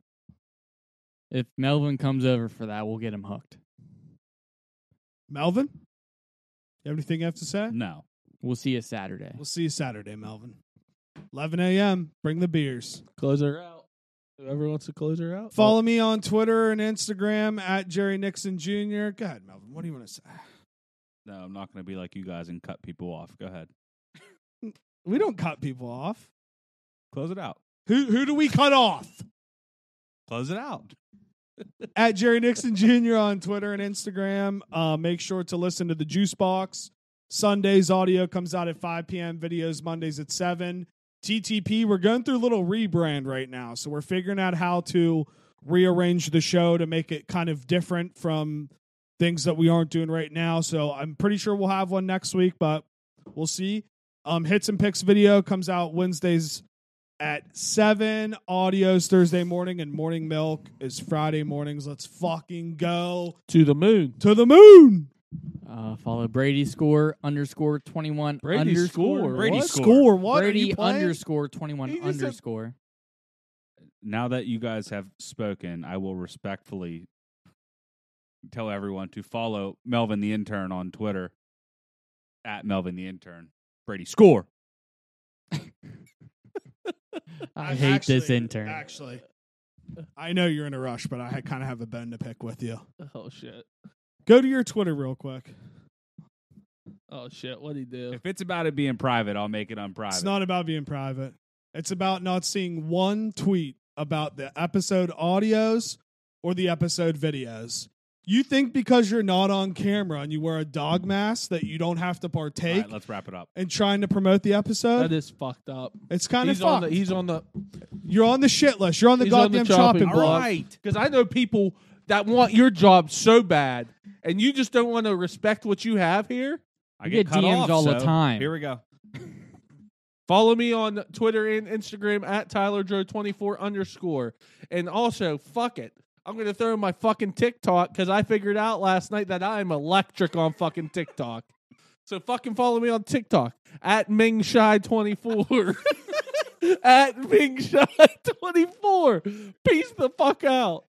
Speaker 3: if Melvin comes over for that, we'll get him hooked.
Speaker 2: Melvin, you have anything you have to say?
Speaker 4: No.
Speaker 3: We'll see you Saturday.
Speaker 2: We'll see you Saturday, Melvin. 11 a.m. Bring the beers.
Speaker 1: Close her out. Whoever wants to close her out. Oh,
Speaker 2: Follow me on Twitter and Instagram at Jerry Nixon Jr. God, Melvin, what do you want to say?
Speaker 4: No, I'm not going to be like you guys and cut people off. Go ahead.
Speaker 2: We don't cut people off.
Speaker 4: Close it out.
Speaker 2: Who who do we cut off?
Speaker 4: Close it out.
Speaker 2: at Jerry Nixon Jr. on Twitter and Instagram. Uh, make sure to listen to the Juice Box. Sundays audio comes out at 5 p.m. Videos Mondays at 7. TTP, we're going through a little rebrand right now. So we're figuring out how to rearrange the show to make it kind of different from things that we aren't doing right now. So I'm pretty sure we'll have one next week, but we'll see. Um, Hits and Picks video comes out Wednesdays at seven. Audio's Thursday morning, and morning milk is Friday mornings. Let's fucking go
Speaker 1: to the moon.
Speaker 2: to the moon.
Speaker 3: Uh, follow Brady score underscore 21
Speaker 1: Brady
Speaker 3: underscore.
Speaker 1: score?
Speaker 4: Brady
Speaker 2: what?
Speaker 4: score.
Speaker 2: Score what? Are
Speaker 3: Brady
Speaker 2: you playing?
Speaker 3: underscore 21
Speaker 1: He just said-
Speaker 3: underscore.
Speaker 4: Now that you guys have spoken, I will respectfully tell everyone to follow Melvin the intern on Twitter at Melvin the intern. Brady score.
Speaker 3: I
Speaker 2: I'm
Speaker 3: hate this
Speaker 2: actually-
Speaker 3: intern.
Speaker 2: Actually, I know you're in a rush, but I kind of have a bone to pick with you.
Speaker 1: Oh shit.
Speaker 2: Go to your Twitter real quick.
Speaker 1: Oh shit. What'd he do?
Speaker 4: If it's about it being private, I'll make it unprivate.
Speaker 2: It's not about being private. It's about not seeing one tweet about the episode audios or the episode videos. You think because you're not on camera and you wear a dog mask that you don't have to
Speaker 4: All
Speaker 2: partake
Speaker 4: right, let's wrap it up.
Speaker 2: in trying to promote the
Speaker 1: That
Speaker 2: episode?
Speaker 1: is fucked up.
Speaker 2: It's kind of
Speaker 1: He's on, the,
Speaker 2: fucked.
Speaker 1: he's on the
Speaker 2: you're on the shit list. You're on the
Speaker 1: He's on the
Speaker 2: goddamn
Speaker 1: chopping
Speaker 2: chopping
Speaker 1: block.
Speaker 2: block.
Speaker 1: All right. because I know people that want your job so bad, and you just don't want to respect what you have here.
Speaker 4: I
Speaker 3: We
Speaker 4: get,
Speaker 3: get
Speaker 4: cut
Speaker 3: DMs
Speaker 4: off,
Speaker 3: all the
Speaker 4: so
Speaker 3: time.
Speaker 4: Here we go.
Speaker 1: Follow me on Twitter and Instagram at TylerDroe24 underscore. And also, fuck it. I'm going to throw in my fucking TikTok because I figured out last night that I'm electric on fucking TikTok. So fucking follow me on TikTok at MingShy24. at MingShy24. Peace the fuck out.